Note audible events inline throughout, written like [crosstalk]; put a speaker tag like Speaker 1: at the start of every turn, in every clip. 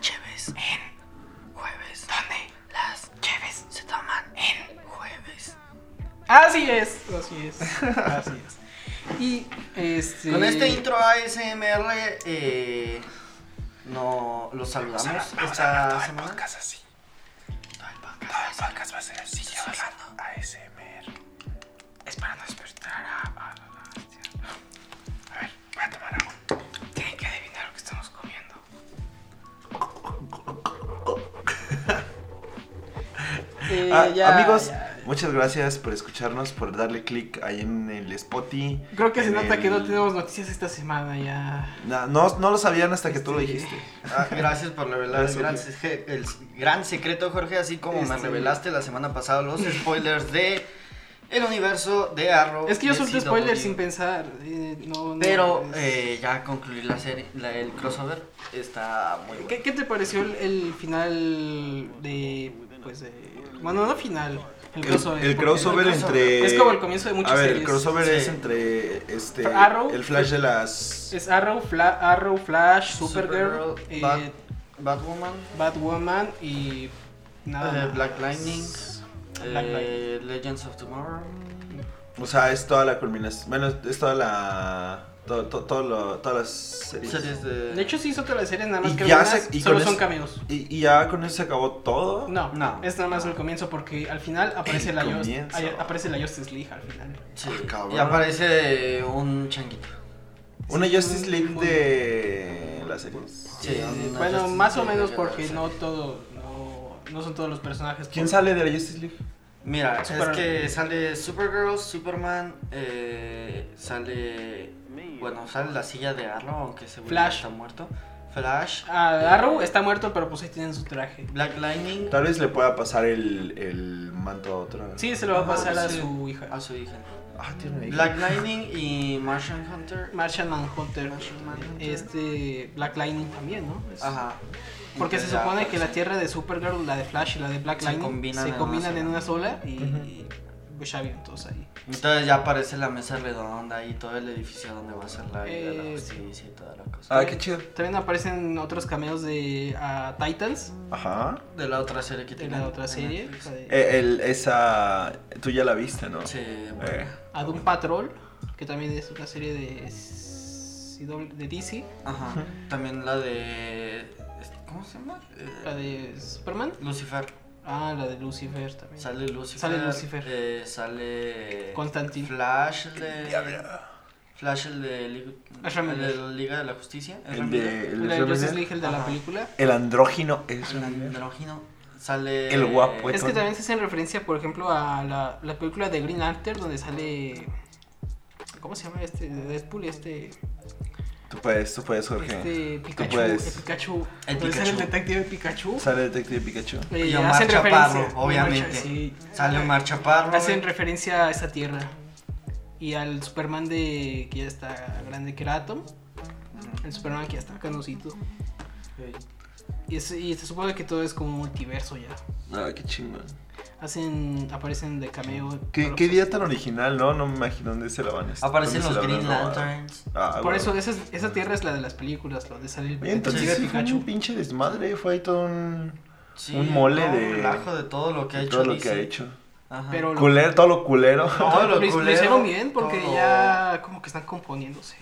Speaker 1: jueves. En jueves. Donde las cheves se toman en jueves.
Speaker 2: Así es. Así es. [laughs] Así es. Y este.
Speaker 3: Con este intro ASMR, eh, no, los saludamos
Speaker 1: Vamos a, vamos a
Speaker 3: esta
Speaker 1: hablar todo el
Speaker 3: semana.
Speaker 1: podcast así.
Speaker 3: Todo el podcast.
Speaker 1: Todo el podcast va a ser así. Yo
Speaker 3: Entonces,
Speaker 1: hablando ASMR. Es para no despertar a, a, a la bestia. A ver, voy a tomar agua. Tienen que adivinar lo que estamos comiendo.
Speaker 2: eh,
Speaker 4: Ah,
Speaker 2: ya,
Speaker 4: amigos,
Speaker 2: ya.
Speaker 4: muchas gracias por escucharnos, por darle click ahí en el Spotify.
Speaker 2: Creo que se
Speaker 4: en
Speaker 2: nota que
Speaker 4: el-
Speaker 2: no tenemos noticias esta semana ya.
Speaker 4: Na- No, no lo sabían hasta que tú lo dijiste.
Speaker 3: Ah, gracias por revelar el
Speaker 4: Gracias,
Speaker 3: gran,
Speaker 4: Jorge.
Speaker 3: se- el gran secreto, Jorge, así como me
Speaker 2: Este-
Speaker 3: revelaste la semana
Speaker 2: [laughs]
Speaker 3: pasada los spoilers de el universo de Arrow.
Speaker 2: Es que yo
Speaker 3: de
Speaker 2: suelto
Speaker 3: CW.
Speaker 2: spoilers sin pensar. eh, no, no,
Speaker 3: Pero
Speaker 2: es-
Speaker 3: eh, ya concluir la serie, la- el crossover está muy bueno.
Speaker 2: ¿Qué, qué te pareció el, el final de. Pues de. Bueno, no final. El
Speaker 4: El,
Speaker 2: crossover.
Speaker 4: el
Speaker 2: porque-
Speaker 4: crossover entre.
Speaker 2: Es como el comienzo de muchas
Speaker 4: A ver, el
Speaker 2: series.
Speaker 4: crossover
Speaker 3: Sí.
Speaker 4: es entre. Este,
Speaker 2: Arrow,
Speaker 4: el flash de las.
Speaker 2: Es Arrow, Fla- Arrow Flash, Supergirl,
Speaker 3: Supergirl,
Speaker 2: eh,
Speaker 3: Bat- Batwoman,
Speaker 2: Batwoman y. Nada.
Speaker 3: eh,
Speaker 2: más.
Speaker 3: Black Lightning,
Speaker 2: Black
Speaker 3: eh, Legends of Tomorrow.
Speaker 4: O sea, es toda la culminación. Bueno, es toda la. Todo, todo, todo lo- todas las series.
Speaker 3: Series de...
Speaker 2: De hecho, sí hizo todas las series, nada más
Speaker 4: Y
Speaker 2: que
Speaker 4: ya
Speaker 2: algunas
Speaker 4: se- y
Speaker 2: solo
Speaker 4: con
Speaker 2: son
Speaker 4: eso-
Speaker 2: cameos.
Speaker 4: Y, y ya con eso se acabó todo.
Speaker 2: No,
Speaker 3: No.
Speaker 2: es nada más el comienzo porque al final aparece
Speaker 4: El
Speaker 2: la, Just-
Speaker 4: comienzo.
Speaker 2: ay- aparece la Justice League al final.
Speaker 3: Sí,
Speaker 4: Ah, cabrón.
Speaker 3: y aparece un changuito.
Speaker 4: Una
Speaker 2: Sí,
Speaker 4: Justice League
Speaker 2: muy-
Speaker 4: de las series.
Speaker 3: Sí, una
Speaker 2: Eh, bueno,
Speaker 3: Justice
Speaker 2: más o
Speaker 3: League
Speaker 2: menos
Speaker 3: de
Speaker 2: porque
Speaker 3: cada
Speaker 2: no
Speaker 3: serie.
Speaker 2: todo, no, no son todos los personajes.
Speaker 4: ¿Quién
Speaker 2: Por-
Speaker 4: sale de la Justice League?
Speaker 3: Mira,
Speaker 2: Superman.
Speaker 3: es que sale Supergirl, Superman, eh, sale... Bueno, sale la silla de Arrow, aunque seguro
Speaker 2: Flash.
Speaker 3: está muerto. Flash,
Speaker 2: Ah, Arrow está muerto, pero pues ahí tienen su traje.
Speaker 3: Black Lightning,
Speaker 4: Tal vez le pueda pasar el, el manto a otra.
Speaker 2: Sí, se lo va a
Speaker 3: Ajá,
Speaker 2: pasar a
Speaker 3: Ah, sí.
Speaker 2: su hija.
Speaker 3: a su hija.
Speaker 4: Ah, tiene una hija.
Speaker 3: Black Lightning y Martian Hunter.
Speaker 2: Martian Manhunter,
Speaker 3: Martian Manhunter.
Speaker 2: este Black Lightning también, ¿no? Es-
Speaker 3: Ajá.
Speaker 2: Porque se
Speaker 3: Entonces ya,
Speaker 2: supone que
Speaker 3: pues,
Speaker 2: la tierra de Supergirl, la de Flash y la de Black
Speaker 3: Se
Speaker 2: Lightning
Speaker 3: combinan en
Speaker 2: se
Speaker 3: una
Speaker 2: combinan en
Speaker 3: sola.
Speaker 2: una sola y,
Speaker 4: Ujú.
Speaker 2: y pues ya vienen todos ahí.
Speaker 3: Entonces ya aparece la mesa redonda y todo el edificio donde va a ser la Liga de
Speaker 2: Eh,
Speaker 3: la justicia y toda la cosa.
Speaker 4: Ah, qué chido.
Speaker 2: También aparecen otros cameos de ah, Titans,
Speaker 4: Ajá.
Speaker 3: De la otra serie que
Speaker 2: de
Speaker 3: tiene.
Speaker 2: la otra
Speaker 3: en
Speaker 2: serie,
Speaker 3: Netflix.
Speaker 2: la de-
Speaker 4: Eh, el- esa. Tú ya la viste, ¿no?
Speaker 3: Sí, bueno.
Speaker 4: Eh,
Speaker 2: a Doom Patrol, que también es una serie de CW de DC,
Speaker 3: Ajá. También la de. este, ¿Cómo se llama? Eh,
Speaker 2: la de Superman,
Speaker 3: Lucifer.
Speaker 2: ah, la de Lucifer también.
Speaker 3: Sale Lucifer.
Speaker 2: Sale Lucifer.
Speaker 3: eh, sale.
Speaker 2: Constantine.
Speaker 3: Flash, el de.
Speaker 4: diablo.
Speaker 3: Flash, el de. Lig-
Speaker 2: Ezra
Speaker 3: el de
Speaker 2: Miller.
Speaker 3: la Liga de la Justicia. Ezra
Speaker 4: El
Speaker 3: Miller.
Speaker 4: de. El,
Speaker 2: La de Justice
Speaker 4: de
Speaker 2: League, el de la
Speaker 3: Ajá.
Speaker 2: película.
Speaker 4: el andrógino es.
Speaker 3: El andrógino. Sale.
Speaker 4: El guapo,
Speaker 2: Es que
Speaker 4: Bueno.
Speaker 2: también se hacen referencia, por ejemplo, a la, la película de Green Lantern, donde sale... ¿Cómo se llama este? De Deadpool, este...
Speaker 4: Tú puedes, tú puedes, Jorge.
Speaker 2: Este Pikachu,
Speaker 4: puedes.
Speaker 2: el Pikachu,
Speaker 3: El
Speaker 2: donde sale el
Speaker 3: Pikachu.
Speaker 2: detective Pikachu.
Speaker 4: Sale Detective Pikachu.
Speaker 2: eh,
Speaker 3: Y Omar
Speaker 2: hacen
Speaker 3: Chaparro,
Speaker 2: referencia-
Speaker 3: obviamente.
Speaker 2: sí.
Speaker 3: Sale Omar Chaparro.
Speaker 2: Hacen referencia a esa tierra y al Superman de que ya está grande que era Atom, el Superman que ya está canosito. Y, es- y se supone que todo es como un multiverso ya.
Speaker 4: Ah, qué chingón.
Speaker 2: Hacen aparecen de cameo.
Speaker 4: ¿Qué,
Speaker 2: Pero,
Speaker 4: qué
Speaker 2: pues,
Speaker 4: día tan original, ¿no? No me imagino dónde se la van a
Speaker 3: Aparecen los
Speaker 4: dónde se la habrán
Speaker 3: Green
Speaker 4: robado.
Speaker 3: Lanterns.
Speaker 4: Ah,
Speaker 2: Por
Speaker 4: bueno.
Speaker 2: eso esa, es- esa tierra es la de las películas, donde sale el
Speaker 4: Oye, entonces
Speaker 2: detective
Speaker 4: sí fue
Speaker 2: Pikachu.
Speaker 4: un pinche desmadre, fue ahí todo un...
Speaker 3: Sí,
Speaker 4: Un mole
Speaker 3: todo
Speaker 4: de-
Speaker 3: Un relajo de todo lo que ha hecho.
Speaker 4: todo lo
Speaker 3: DC.
Speaker 4: que ha hecho.
Speaker 3: Ajá.
Speaker 2: Pero lo-
Speaker 4: Culero, todo lo culero.
Speaker 3: todo lo
Speaker 2: lo, lo
Speaker 3: culero,
Speaker 2: hicieron bien porque
Speaker 3: todo.
Speaker 2: ya como que están componiéndose.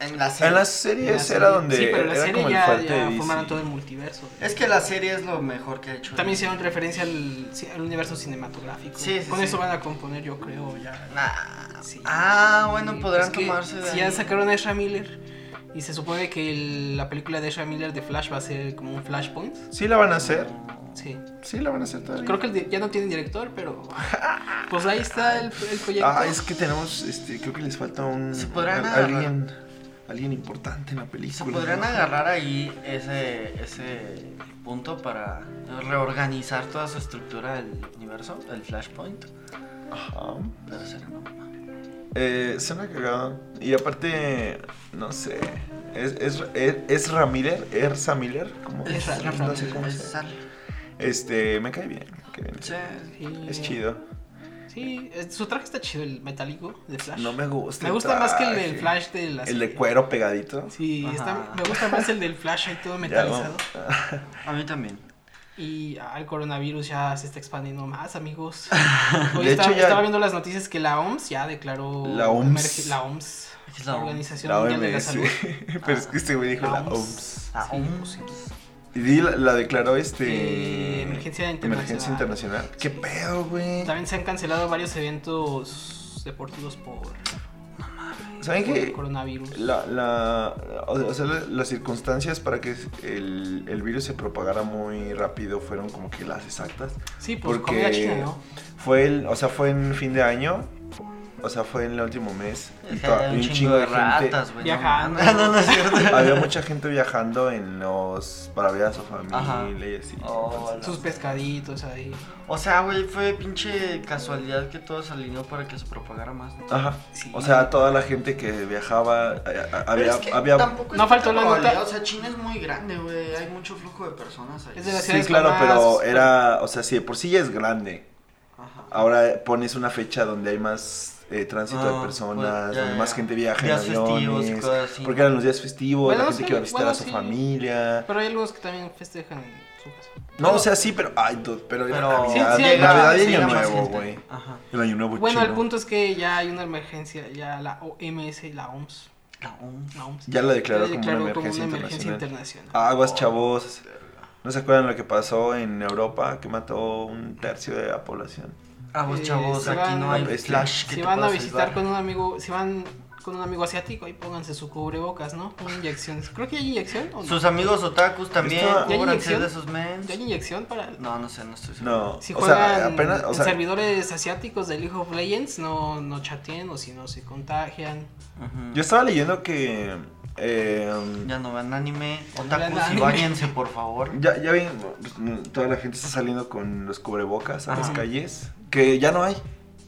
Speaker 3: En la serie.
Speaker 2: En
Speaker 4: En las
Speaker 2: la
Speaker 4: series
Speaker 2: serie.
Speaker 4: era donde
Speaker 2: Sí, pero la
Speaker 4: era
Speaker 2: serie
Speaker 4: como el
Speaker 2: ya,
Speaker 4: fuerte
Speaker 2: ya
Speaker 4: de
Speaker 2: formaron
Speaker 4: DC.
Speaker 2: todo el multiverso.
Speaker 3: Es que la serie es lo mejor que ha hecho.
Speaker 2: También hicieron referencia al, ci- al universo cinematográfico.
Speaker 3: Sí, sí,
Speaker 2: Con
Speaker 3: sí.
Speaker 2: eso van a componer, yo creo, ya.
Speaker 3: Nah.
Speaker 2: Sí.
Speaker 3: Ah, bueno, podrán
Speaker 2: Es que
Speaker 3: tomarse de
Speaker 2: Si ya
Speaker 3: ahí.
Speaker 2: sacaron a Ezra Miller y se supone que el- la película de Ezra Miller de Flash va a ser como un Flashpoint.
Speaker 4: Sí la van a hacer.
Speaker 2: Sí.
Speaker 4: Sí la van a hacer todavía.
Speaker 2: Creo que el di- ya no tienen director,
Speaker 4: [laughs]
Speaker 2: pero pues ahí está el, el proyecto.
Speaker 4: Ah, es que tenemos, este, creo que les falta un...
Speaker 3: Se podrán
Speaker 4: al- alguien, alguien importante en la
Speaker 3: Se
Speaker 4: película.
Speaker 3: podrían
Speaker 4: ¿no?
Speaker 3: agarrar ahí ese, ese punto para reorganizar toda su estructura del universo, el Flashpoint.
Speaker 4: Ajá.
Speaker 3: Pero será una mamá.
Speaker 4: Eh, suena cagado. Y aparte, no sé. Es, es, es, Ezra Miller, Erza Miller, como
Speaker 2: Es Ezra
Speaker 4: no sé cómo se
Speaker 3: Es-
Speaker 4: Este, me cae bien, me cae bien.
Speaker 3: Sí.
Speaker 2: Y-
Speaker 4: Es chido.
Speaker 2: sí, Sí, es- su traje está chido, el metálico de Flash.
Speaker 4: No me gusta.
Speaker 2: me
Speaker 4: el
Speaker 2: gusta más que el
Speaker 4: traje.
Speaker 2: del Flash de la
Speaker 4: El de
Speaker 2: serie.
Speaker 4: cuero pegadito.
Speaker 2: Sí, está-
Speaker 3: Ajá.
Speaker 2: me gusta más el del Flash ahí todo
Speaker 4: [laughs] Ya no.
Speaker 2: metalizado.
Speaker 3: A mí también.
Speaker 2: Y ah, el coronavirus ya se está expandiendo más,
Speaker 4: [laughs]
Speaker 2: amigos. Hoy
Speaker 4: De
Speaker 2: estaba,
Speaker 4: hecho, ya-
Speaker 2: estaba viendo las noticias que la OMS ya declaró.
Speaker 4: La OMS.
Speaker 2: emerge- La OMS.
Speaker 3: ¿Qué es la
Speaker 2: La
Speaker 3: OMS?
Speaker 2: Organización
Speaker 4: La
Speaker 2: Mundial de la
Speaker 4: OMS.
Speaker 2: Salud.
Speaker 4: [laughs]
Speaker 2: Ah,
Speaker 4: Pero es que este güey dijo la OMS.
Speaker 3: La
Speaker 2: Sí,
Speaker 3: OMS.
Speaker 2: pues sí.
Speaker 4: Y di- la, la declaró este.
Speaker 2: Eh, emergencia internacional.
Speaker 4: Emergencia internacional. ¿Qué pedo, güey?
Speaker 2: También se han cancelado varios eventos deportivos por,
Speaker 4: ¿Saben
Speaker 2: por el
Speaker 4: qué?
Speaker 2: coronavirus.
Speaker 4: La, la, o sea, la- las circunstancias para que el, el virus se propagara muy rápido fueron como que las exactas.
Speaker 2: Sí, pues
Speaker 4: porque-
Speaker 2: comida china, ¿no?
Speaker 4: Fue el, o sea, fue en fin de año. O sea, fue en el último mes. y to-
Speaker 3: Hay
Speaker 4: y
Speaker 3: un chingo de ratas, güey. no
Speaker 2: viajando.
Speaker 3: mames. [laughs] No, no es
Speaker 4: [laughs]
Speaker 3: cierto.
Speaker 4: Había mucha gente viajando en los para ver a su familia
Speaker 3: Ajá.
Speaker 4: y así.
Speaker 3: Oh, la-
Speaker 2: Sus pescaditos ahí.
Speaker 3: O sea, güey, fue pinche casualidad que todo se alineó para que se propagara más. ¿no?
Speaker 4: Ajá.
Speaker 2: Sí.
Speaker 4: O sea, toda la gente que viajaba, eh, a-
Speaker 3: Pero
Speaker 4: había,
Speaker 3: es que
Speaker 4: había
Speaker 3: tampoco es
Speaker 2: No faltó
Speaker 3: tanta
Speaker 2: la nota.
Speaker 3: probabilidad, O sea, China es muy grande, güey. Hay mucho flujo de personas ahí.
Speaker 2: Es de las
Speaker 4: Sí,
Speaker 2: ciudades con
Speaker 4: claro, pero
Speaker 2: más-
Speaker 4: era, o sea, sí, de por sí ya es grande.
Speaker 3: Ajá.
Speaker 4: Ahora pones una fecha donde hay más eh, tránsito
Speaker 3: Ah,
Speaker 4: de personas,
Speaker 3: pues, ya,
Speaker 4: donde
Speaker 3: ya.
Speaker 4: más gente viaja
Speaker 3: Días
Speaker 4: en
Speaker 3: festivos y
Speaker 4: aviones,
Speaker 3: cosas así.
Speaker 4: porque eran los días festivos,
Speaker 2: Bueno,
Speaker 4: la gente
Speaker 2: sí,
Speaker 4: que iba a visitar a
Speaker 2: bueno,
Speaker 4: su
Speaker 2: sí.
Speaker 4: familia.
Speaker 2: Pero hay algunos que también festejan en su casa.
Speaker 4: No, o sea, sí, pero ay, dude, pero, era
Speaker 3: Pero
Speaker 4: Navidad,
Speaker 2: Sí, sí, hay-
Speaker 4: Navidad y
Speaker 3: sí,
Speaker 4: Año
Speaker 3: era más
Speaker 4: Nuevo,
Speaker 3: gente.
Speaker 4: güey.
Speaker 3: Ajá.
Speaker 4: El Año Nuevo
Speaker 2: Bueno, el
Speaker 4: chino.
Speaker 2: punto es que ya hay una emergencia, ya la OMS y la OMS.
Speaker 3: La OMS.
Speaker 2: La OMS
Speaker 4: Ya la declaró
Speaker 2: ya
Speaker 4: como
Speaker 2: declaró
Speaker 4: una emergencia internacional.
Speaker 2: internacional.
Speaker 4: Aguas, chavos. ¿No se acuerdan lo que pasó en Europa que mató un tercio de la población?
Speaker 3: Ah, vos,
Speaker 2: Eh,
Speaker 3: chavos,
Speaker 2: se
Speaker 3: aquí
Speaker 2: van-
Speaker 3: no hay
Speaker 4: Hombre, sí.
Speaker 3: flash que
Speaker 2: Si
Speaker 3: te
Speaker 2: van a
Speaker 3: pueda
Speaker 2: visitar
Speaker 3: salvar.
Speaker 2: con un amigo, si van con un amigo asiático, ahí pónganse su cubrebocas, ¿no? Una inyección. Creo que hay inyección o no.
Speaker 3: Sus amigos otakus también,
Speaker 4: Esto-
Speaker 2: ¿Ya hay
Speaker 3: cúbranse
Speaker 2: inyección?
Speaker 3: de sus mens.
Speaker 2: ¿Ya hay inyección para
Speaker 3: No, no sé, no estoy seguro.
Speaker 4: No,
Speaker 2: Si
Speaker 4: o
Speaker 2: juegan
Speaker 4: sea, apenas, o
Speaker 2: en
Speaker 4: sea,
Speaker 2: servidores asiáticos de League of Legends, no, no chateen o si no se contagian.
Speaker 3: Ujú.
Speaker 4: yo estaba leyendo que eh,
Speaker 3: Ya no vean anime.
Speaker 2: no vean
Speaker 3: Otakus, y
Speaker 2: anime.
Speaker 3: bañense, por favor.
Speaker 4: ya, ya ven, pues, mm, toda la gente está saliendo con los cubrebocas a las
Speaker 3: Ajá.
Speaker 4: calles, que ya no hay.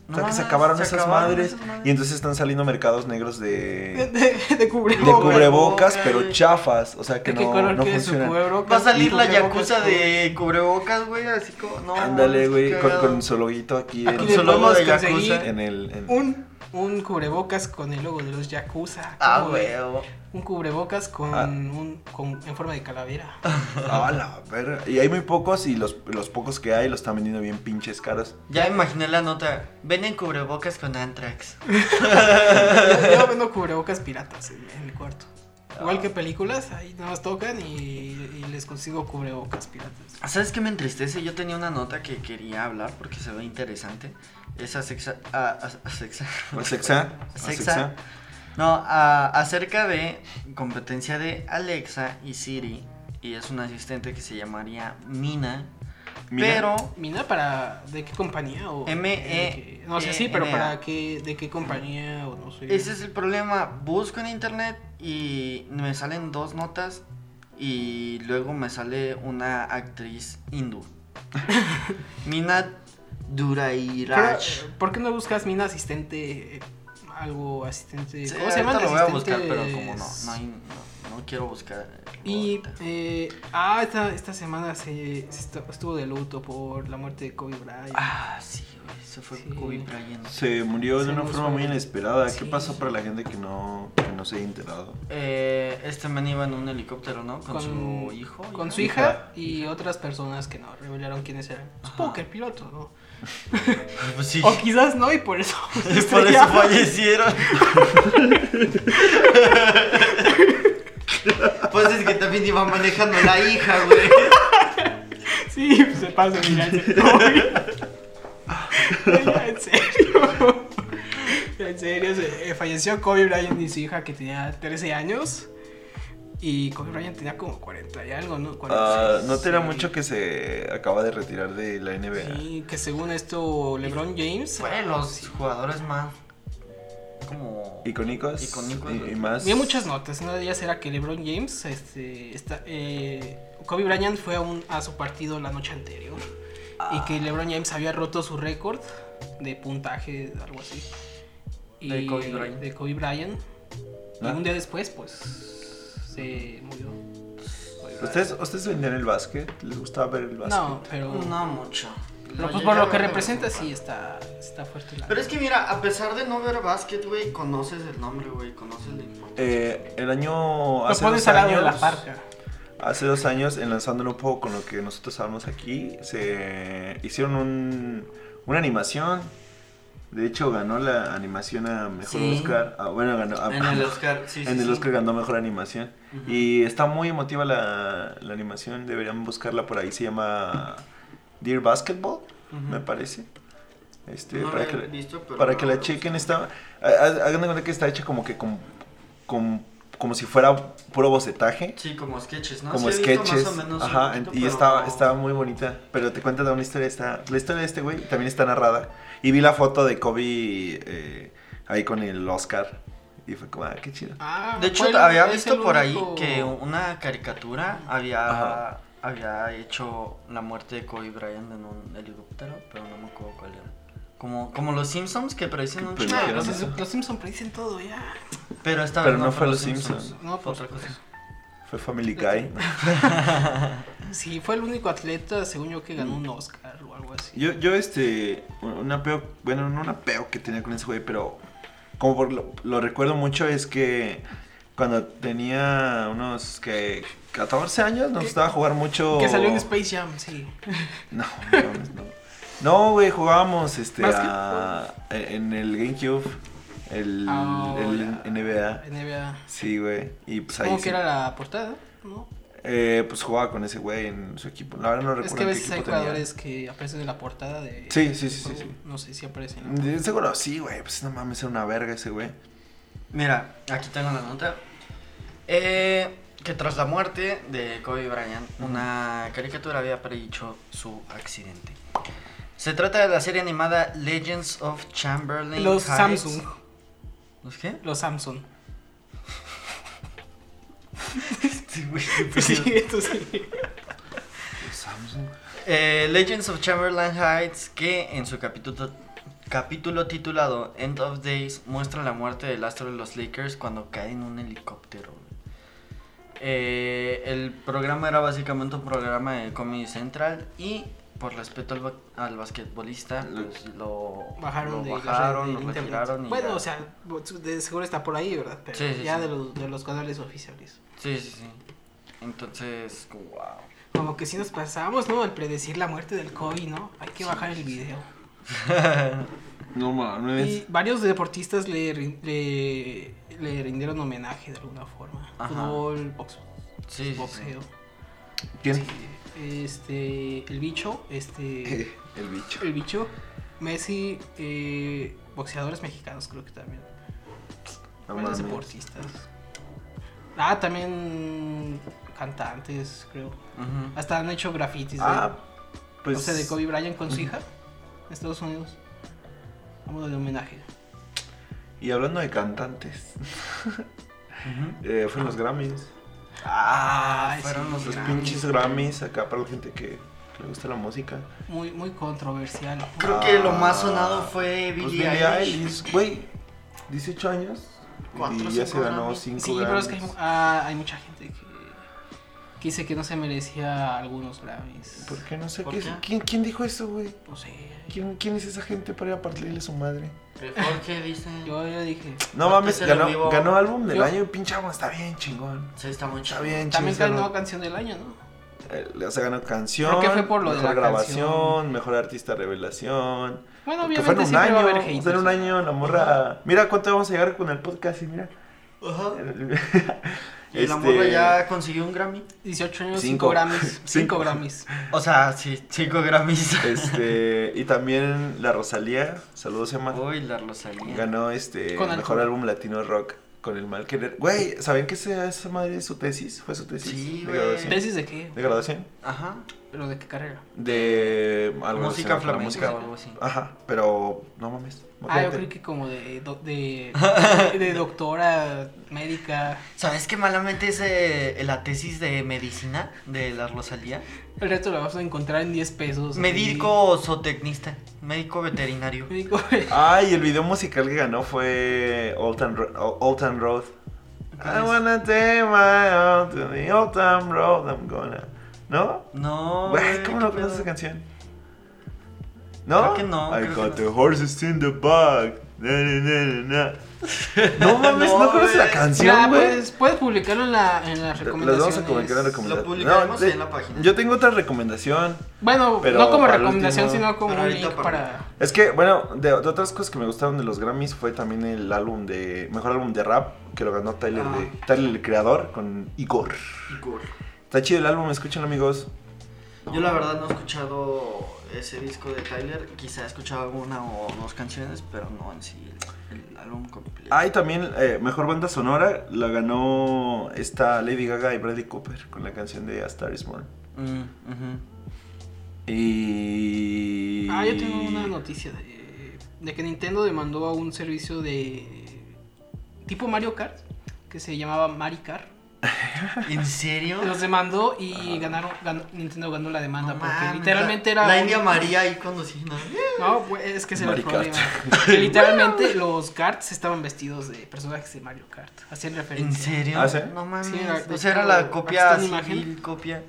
Speaker 4: O
Speaker 3: No
Speaker 4: sea, que
Speaker 3: mames,
Speaker 4: se acabaron
Speaker 3: se
Speaker 4: esas
Speaker 3: acabaron
Speaker 4: madres
Speaker 3: esas madres.
Speaker 4: y entonces están saliendo mercados negros
Speaker 2: De,
Speaker 4: de,
Speaker 2: [laughs] de, de cubrebocas.
Speaker 4: de cubrebocas,
Speaker 3: cubrebocas.
Speaker 4: pero chafas, o sea, que
Speaker 2: ¿De qué
Speaker 4: no,
Speaker 2: color
Speaker 4: no
Speaker 2: quiere su
Speaker 4: funcionan.
Speaker 2: cubrebocas?
Speaker 3: Va a salir la
Speaker 2: Cubrebocas
Speaker 3: yakuza
Speaker 2: con-
Speaker 3: de cubrebocas, güey, así como... No,
Speaker 4: Ándale,
Speaker 3: qué
Speaker 4: güey, con,
Speaker 3: cagado.
Speaker 4: con su loguito aquí
Speaker 3: Ah,
Speaker 4: en,
Speaker 3: con
Speaker 2: Y le
Speaker 3: su logo de
Speaker 2: podemos conseguir-
Speaker 3: yakuza.
Speaker 4: en el... en-
Speaker 2: Un, un cubrebocas con el logo de los Yakuza.
Speaker 3: Ah,
Speaker 2: ¿cómo
Speaker 3: güey.
Speaker 2: ves? Un cubrebocas con
Speaker 4: Ah.
Speaker 2: un con, en forma de calavera.
Speaker 4: Ah, la verga. Y hay muy pocos y los, los pocos que hay los están vendiendo bien pinches caros.
Speaker 3: Ya imaginé la nota. Ven en cubrebocas con Antrax.
Speaker 2: yo, [laughs] yo
Speaker 3: [laughs]
Speaker 2: vendo cubrebocas piratas en, en el cuarto. Igual que películas, ahí nada más tocan y, y les consigo cubrebocas piratas.
Speaker 3: ¿Sabes qué me entristece? Yo tenía una nota que quería hablar porque se ve interesante. Esa sexa... ah, ah, ah, sexa.
Speaker 4: ¿O
Speaker 2: Pues,
Speaker 4: Sexa? ¿O
Speaker 3: Sexa. No, a- acerca de competencia de Alexa y Siri. Y es un asistente que se llamaría Mina.
Speaker 4: Mira,
Speaker 3: Pero
Speaker 2: ¿Mina para de qué compañía? O,
Speaker 3: M,
Speaker 2: de qué- no sé, sí,
Speaker 3: E,
Speaker 2: pero
Speaker 3: N, A.
Speaker 2: para qué, de qué compañía o no sé.
Speaker 3: ese es el problema. Busco en internet y me salen dos notas. Y luego me sale una actriz
Speaker 2: [laughs]
Speaker 3: hindú. Mina
Speaker 2: Pero,
Speaker 3: Durairaj.
Speaker 2: ¿Por qué no buscas mina asistente? eh, Algo asistente.
Speaker 3: Sí,
Speaker 2: ¿Cómo se llama?
Speaker 3: ahorita lo voy a buscar, pero como no, no, hay- no, no quiero buscar.
Speaker 2: Y,
Speaker 3: ahorita.
Speaker 2: eh, ah, esta, esta semana se, se estu- estuvo de luto por la muerte de Kobe Bryant.
Speaker 3: Ah, sí, güey. Se fue
Speaker 2: Sí.
Speaker 3: Kobe Bryant.
Speaker 4: Se murió
Speaker 2: Se
Speaker 4: de una
Speaker 2: nos
Speaker 4: forma
Speaker 2: fue.
Speaker 4: muy inesperada. ¿Qué
Speaker 2: Sí.
Speaker 4: pasó para la gente que no, que no se haya enterado?
Speaker 3: Eh, este man iba en un helicóptero, ¿no? Con, su hijo.
Speaker 2: Con
Speaker 3: ¿no?
Speaker 2: su
Speaker 4: Hija.
Speaker 2: hija y otras personas que no revelaron quiénes eran. Supongo que el piloto, ¿no?
Speaker 3: Pues [laughs] sí.
Speaker 2: O quizás no y por
Speaker 3: [laughs]
Speaker 2: eso.
Speaker 3: Por eso fallecieron. pues es que también iba manejando la hija, güey.
Speaker 2: Sí, pues, se pasa, mira. ese Kobe. [laughs] Ya, en serio. En serio, se- eh, falleció Kobe Bryant y su hija que tenía 13 años. Y Kobe Bryant tenía como 40 y algo, ¿no?
Speaker 4: Ah,
Speaker 2: 46,
Speaker 4: no tenía
Speaker 2: sí.
Speaker 4: mucho que se acaba de retirar de la NBA.
Speaker 2: Sí, que según esto, LeBron James.
Speaker 3: Fue de los jugadores más. Como.
Speaker 4: Icónicos.
Speaker 3: Icónicos.
Speaker 4: Y, y más.
Speaker 2: Vi muchas notas. Una de ellas era que LeBron James, este, está, eh, Kobe Bryant fue a, un- a su partido la noche anterior. Y que LeBron James había roto su récord de puntaje, algo así. Y
Speaker 3: De Kobe Bryant.
Speaker 2: de Kobe Bryant. Y
Speaker 4: Ah.
Speaker 2: un día después, pues, se murió. Kobe Bryant.
Speaker 3: Pues,
Speaker 4: ¿Ustedes, ¿Ustedes vendían el básquet? ¿Les gustaba ver el básquet?
Speaker 2: No, pero
Speaker 3: No mucho.
Speaker 2: Pero pues
Speaker 3: Lo
Speaker 2: por
Speaker 3: llegué a
Speaker 2: lo que
Speaker 3: ver,
Speaker 2: representa,
Speaker 3: pero-
Speaker 2: sí, está, está fuerte. La
Speaker 3: Pero es que mira, a pesar de no ver básquet, güey, conoces el nombre, güey, conoces la importancia.
Speaker 4: Eh, el año.
Speaker 2: lo
Speaker 4: Hace
Speaker 2: pones
Speaker 4: dos
Speaker 2: al lado de
Speaker 4: años.
Speaker 2: la parca.
Speaker 4: Hace dos años, enlazándolo un poco con lo que nosotros hablamos aquí, se hicieron un, una animación. De hecho, ganó la animación a mejor
Speaker 3: Sí.
Speaker 4: Oscar. Ah, bueno, ganó. a-
Speaker 3: En
Speaker 4: [laughs]
Speaker 3: el Oscar, sí, sí.
Speaker 4: en el
Speaker 3: sí.
Speaker 4: Oscar ganó mejor animación.
Speaker 3: Ujú.
Speaker 4: Y está muy emotiva la, la animación. Deberían buscarla por ahí. Se llama Dear Basketball,
Speaker 3: Ujú.
Speaker 4: me parece. Este,
Speaker 3: No
Speaker 4: para
Speaker 3: la
Speaker 4: que,
Speaker 3: he visto, pero
Speaker 4: para
Speaker 3: no
Speaker 4: que
Speaker 3: la
Speaker 4: la
Speaker 3: busqué.
Speaker 4: chequen. Está, ha- ha- hagan de cuenta que está hecha como que con, con- como si fuera puro bocetaje
Speaker 3: Sí, como sketches, ¿no?
Speaker 4: como
Speaker 3: Sí, he visto
Speaker 4: sketches.
Speaker 3: más o menos un
Speaker 4: Ajá,
Speaker 3: poquito,
Speaker 4: y
Speaker 3: pero
Speaker 4: estaba,
Speaker 3: no.
Speaker 4: estaba muy bonita. Pero te cuenta de una historia. Está, la historia de este güey también está narrada. Y vi la foto de Kobe eh, ahí con el Oscar. Y fue como, ah, qué chido.
Speaker 2: Ah,
Speaker 3: De hecho,
Speaker 2: fue el-
Speaker 3: había
Speaker 2: es
Speaker 3: visto
Speaker 2: el
Speaker 3: por ahí
Speaker 2: único-
Speaker 3: que una caricatura había,
Speaker 4: Ajá.
Speaker 3: había hecho la muerte de Kobe Bryant en un helicóptero, pero no me acuerdo cuál era. Como, como los Simpsons que predicen un
Speaker 4: Que
Speaker 3: chingo.
Speaker 2: Ah,
Speaker 4: predijeron.
Speaker 2: los,
Speaker 4: eso.
Speaker 2: los Simpsons predicen todo ya.
Speaker 3: Pero esta
Speaker 4: Pero
Speaker 3: vez
Speaker 4: no fue
Speaker 3: los
Speaker 4: los Simpsons.
Speaker 2: No,
Speaker 3: fue
Speaker 2: pues,
Speaker 3: otra cosa.
Speaker 4: Fue Family Guy.
Speaker 2: Sí, fue el único atleta, según yo, que ganó un Oscar o algo así.
Speaker 4: Yo, yo este, un apeo, bueno, no un apeo que tenía con ese güey, pero como por lo, lo recuerdo mucho es que cuando tenía unos que 14 años nos gustaba jugar mucho.
Speaker 2: Que salió en Space Jam, sí.
Speaker 4: No, no, no. No, güey, jugábamos este
Speaker 2: ¿Básquet?
Speaker 4: a- e, en el GameCube, el,
Speaker 2: Ah,
Speaker 4: el
Speaker 2: hola.
Speaker 4: NBA.
Speaker 2: NBA.
Speaker 4: Sí, güey. Y pues ahí
Speaker 2: Como
Speaker 4: sí.
Speaker 2: que era la portada, ¿no?
Speaker 4: eh, pues jugaba con ese güey en su equipo. La verdad no recuerdo
Speaker 2: Es que a
Speaker 4: en qué
Speaker 2: veces hay
Speaker 4: equipo tenía.
Speaker 2: jugadores que aparecen en la portada de.
Speaker 4: Sí, sí, sí, sí,
Speaker 2: juego.
Speaker 4: sí. Mm.
Speaker 2: No sé si aparecen. en la-
Speaker 4: De- Seguro sí, güey. Pues no mames, era una verga ese güey.
Speaker 3: Mira, aquí tengo la nota. Eh, que tras la muerte de Kobe Bryant, una caricatura había predicho su accidente. Se trata de la serie animada Legends of Chamberlain.
Speaker 2: Los
Speaker 3: Heights.
Speaker 2: Samsung.
Speaker 3: ¿Los
Speaker 4: [laughs]
Speaker 3: qué? [laughs]
Speaker 2: Los Samsung. [laughs] Sí,
Speaker 3: Pues Sí.
Speaker 2: esto sí.
Speaker 4: Samsung.
Speaker 3: Eh, Legends of Chamberlain Heights, que en su capítulo, capítulo titulado End of Days muestra la muerte del astro de los Lakers cuando cae en un helicóptero. Eh, el programa era básicamente un programa de Comedy Central y por respeto al, ba- al basquetbolista
Speaker 4: Lo-
Speaker 3: pues, lo
Speaker 2: Bajaron
Speaker 3: lo
Speaker 2: de la red
Speaker 3: bajaron,
Speaker 2: de
Speaker 3: lo
Speaker 2: internet.
Speaker 3: retiraron y
Speaker 2: Bueno,
Speaker 3: ya.
Speaker 2: o sea, de seguro está por ahí, ¿verdad? Pero
Speaker 3: Sí, sí,
Speaker 2: ya
Speaker 3: sí.
Speaker 2: De, los, de los canales oficiales.
Speaker 3: Sí, sí, sí. Entonces, wow.
Speaker 2: Como que sí nos pasamos, ¿no? Al predecir la muerte del COVID, ¿no? Hay que bajar el video.
Speaker 4: No mames.
Speaker 2: Y varios deportistas le, rin- le, le rindieron homenaje de alguna forma.
Speaker 3: Ajá.
Speaker 2: Fútbol, box,
Speaker 3: Sí, sí, sí.
Speaker 2: boxeo.
Speaker 4: ¿Quién?
Speaker 2: Sí, este, el bicho,
Speaker 4: [laughs]
Speaker 2: este,
Speaker 4: El bicho.
Speaker 2: el bicho, Messi, eh, boxeadores mexicanos creo que también.
Speaker 4: No
Speaker 2: varios
Speaker 4: mames.
Speaker 2: deportistas. Ah, también cantantes, creo.
Speaker 3: Ujú.
Speaker 2: Hasta han hecho grafitis.
Speaker 4: Ah,
Speaker 2: de,
Speaker 4: pues.
Speaker 2: O sea, de Kobe Bryant con su hija en Estados Unidos. Vamos de homenaje.
Speaker 4: Y hablando de cantantes, [laughs]
Speaker 3: Ujú.
Speaker 4: eh, fueron los Grammys.
Speaker 2: Ah,
Speaker 3: fueron los
Speaker 4: Los
Speaker 3: Grammys.
Speaker 4: pinches Grammys acá para la gente que, que le gusta la música.
Speaker 2: Muy, muy controversial.
Speaker 3: Creo que lo más
Speaker 4: Ah,
Speaker 3: sonado fue
Speaker 4: pues
Speaker 3: Billie Eilish.
Speaker 4: Güey, 18 años.
Speaker 3: Cuatro,
Speaker 4: Y ya se
Speaker 3: cinco
Speaker 4: ganó
Speaker 3: Grammys.
Speaker 4: 5
Speaker 2: Sí, pero es que hay, mu- ah, hay mucha gente que, que dice que no se merecía algunos Grammys.
Speaker 4: ¿Por qué no sé
Speaker 3: ¿Por
Speaker 4: qué?
Speaker 3: qué?
Speaker 4: ¿Quién, quién dijo eso, güey?
Speaker 2: No sé.
Speaker 4: ¿Quién, quién es esa gente para ir a partirle su madre?
Speaker 3: Mejor que dicen.
Speaker 2: Yo, yo dije.
Speaker 4: No
Speaker 3: Antes
Speaker 4: mames,
Speaker 3: era
Speaker 4: ganó,
Speaker 3: vivo.
Speaker 4: ganó álbum del
Speaker 2: Yo-
Speaker 4: año y pinche álbum está bien chingón.
Speaker 3: Sí, está muy
Speaker 4: Está
Speaker 3: chido.
Speaker 4: bien
Speaker 2: También
Speaker 4: chingón.
Speaker 2: ganó canción del año, ¿no?
Speaker 4: Eh, o sea, ganó canción.
Speaker 2: Creo que fue por lo de
Speaker 4: mejor
Speaker 2: la
Speaker 4: grabación,
Speaker 2: canción.
Speaker 4: mejor artista revelación.
Speaker 2: Bueno,
Speaker 4: Porque fue en
Speaker 2: obviamente
Speaker 4: un
Speaker 2: siempre va a
Speaker 4: año.
Speaker 2: haber
Speaker 4: o sea, en
Speaker 2: haters.
Speaker 4: un año la morra. Mira cuánto vamos a llegar con el podcast
Speaker 2: [laughs]
Speaker 4: y mira. Este,
Speaker 3: Y la morra ya consiguió un Grammy.
Speaker 2: 18 años, 5
Speaker 4: Cinco. [laughs]
Speaker 2: Grammys. 5
Speaker 4: Cinco.
Speaker 2: Grammys.
Speaker 3: O sea, sí, cinco
Speaker 4: [laughs]
Speaker 3: Grammys.
Speaker 4: Este, y también la Rosalía, saludos Emma,
Speaker 3: [laughs] Uy, la Rosalía.
Speaker 4: ganó este
Speaker 2: Con
Speaker 4: mejor
Speaker 2: alcohol.
Speaker 4: álbum latino rock con el mal querer. Güey, ¿saben que esa, esa madre es su tesis? ¿Fue su tesis?
Speaker 3: Sí,
Speaker 4: de
Speaker 3: güey.
Speaker 4: graduación.
Speaker 2: ¿Tesis de qué?
Speaker 4: ¿De graduación?
Speaker 3: Ajá.
Speaker 2: ¿Pero de qué carrera?
Speaker 4: De algo
Speaker 3: música
Speaker 4: relacionado con la
Speaker 3: flamenca
Speaker 4: música. Ah.
Speaker 3: o algo así.
Speaker 4: Ajá, pero no mames.
Speaker 2: Ah, yo
Speaker 4: imagínate.
Speaker 2: creo que como de, do-
Speaker 4: [laughs]
Speaker 2: de, de doctora, médica.
Speaker 3: ¿Sabes qué malamente es eh, la tesis de medicina de la Rosalía?
Speaker 2: El resto lo vas a encontrar en 10
Speaker 4: Pues
Speaker 2: pesos.
Speaker 3: Médico zootecnista, médico veterinario.
Speaker 2: Y- Médico.
Speaker 4: Ah, y el video musical que ganó fue Old Town, Ro- Old Town Road.
Speaker 3: ¿Cuál
Speaker 4: I
Speaker 3: es?
Speaker 4: wanna take my own to the Old Town Road, I'm gonna... ¿No?
Speaker 3: No.
Speaker 4: Güey, ¿cómo no
Speaker 3: qué pedo.
Speaker 4: conoces esa canción? ¿No?
Speaker 3: Creo que no,
Speaker 4: I
Speaker 3: creo que
Speaker 4: got
Speaker 3: no.
Speaker 4: the horses in the back. Na, na, na, na, na.
Speaker 3: [laughs]
Speaker 4: No mames, no,
Speaker 3: No, güey. pues,
Speaker 4: conoces la
Speaker 2: Ya,
Speaker 4: canción, güey.
Speaker 2: puedes, Ah, pues, puedes publicarlo en, la, en las
Speaker 4: Las
Speaker 2: recomendaciones.
Speaker 4: vamos a comunicar en recomendación.
Speaker 3: publicaremos en la página.
Speaker 4: Yo tengo otra recomendación.
Speaker 2: Bueno,
Speaker 4: Pero
Speaker 2: no como
Speaker 4: para el
Speaker 2: recomendación,
Speaker 4: último-
Speaker 2: sino como
Speaker 3: Pero
Speaker 2: un
Speaker 3: ahorita
Speaker 2: link
Speaker 3: para-
Speaker 2: para...
Speaker 4: Es que, bueno, de, de otras cosas que me gustaron de los Grammys fue también el álbum de. Mejor álbum de rap que lo ganó Tyler,
Speaker 3: Ah.
Speaker 4: de- Tyler el creador con Igor.
Speaker 3: Igor.
Speaker 4: Está chido el álbum, escúchenlo, amigos.
Speaker 3: Yo la verdad no he escuchado ese disco de Tyler, quizá he escuchado alguna o dos canciones, pero no en sí el, el álbum completo.
Speaker 4: Ah, y también eh, mejor banda sonora la ganó esta Lady Gaga y Bradley Cooper con la canción de A Star is Born.
Speaker 3: Mm, ujú.
Speaker 4: Y.
Speaker 2: Ah, yo tengo una noticia de, de que Nintendo demandó a un servicio de tipo Mario Kart que se llamaba Mario Kart.
Speaker 3: ¿En [laughs] serio?
Speaker 2: Los demandó y ganaron, ganó- Nintendo ganó la demanda
Speaker 3: No
Speaker 2: porque
Speaker 3: mames,
Speaker 2: literalmente
Speaker 3: la,
Speaker 2: era
Speaker 3: La
Speaker 2: un-
Speaker 3: India María ahí conduciendo.
Speaker 2: No, pues, es que ese era el
Speaker 4: Mario Kart.
Speaker 2: problema.
Speaker 4: [laughs]
Speaker 2: Que literalmente los karts estaban vestidos de personajes de Mario Kart. Hacían
Speaker 3: ¿En
Speaker 2: referencia.
Speaker 3: serio?
Speaker 4: Ah, ¿sí?
Speaker 3: No mames.
Speaker 2: Sí, era- este
Speaker 3: o sea, era la copia
Speaker 2: ¿Aquí está una
Speaker 3: civil,
Speaker 2: imagen?
Speaker 3: copia.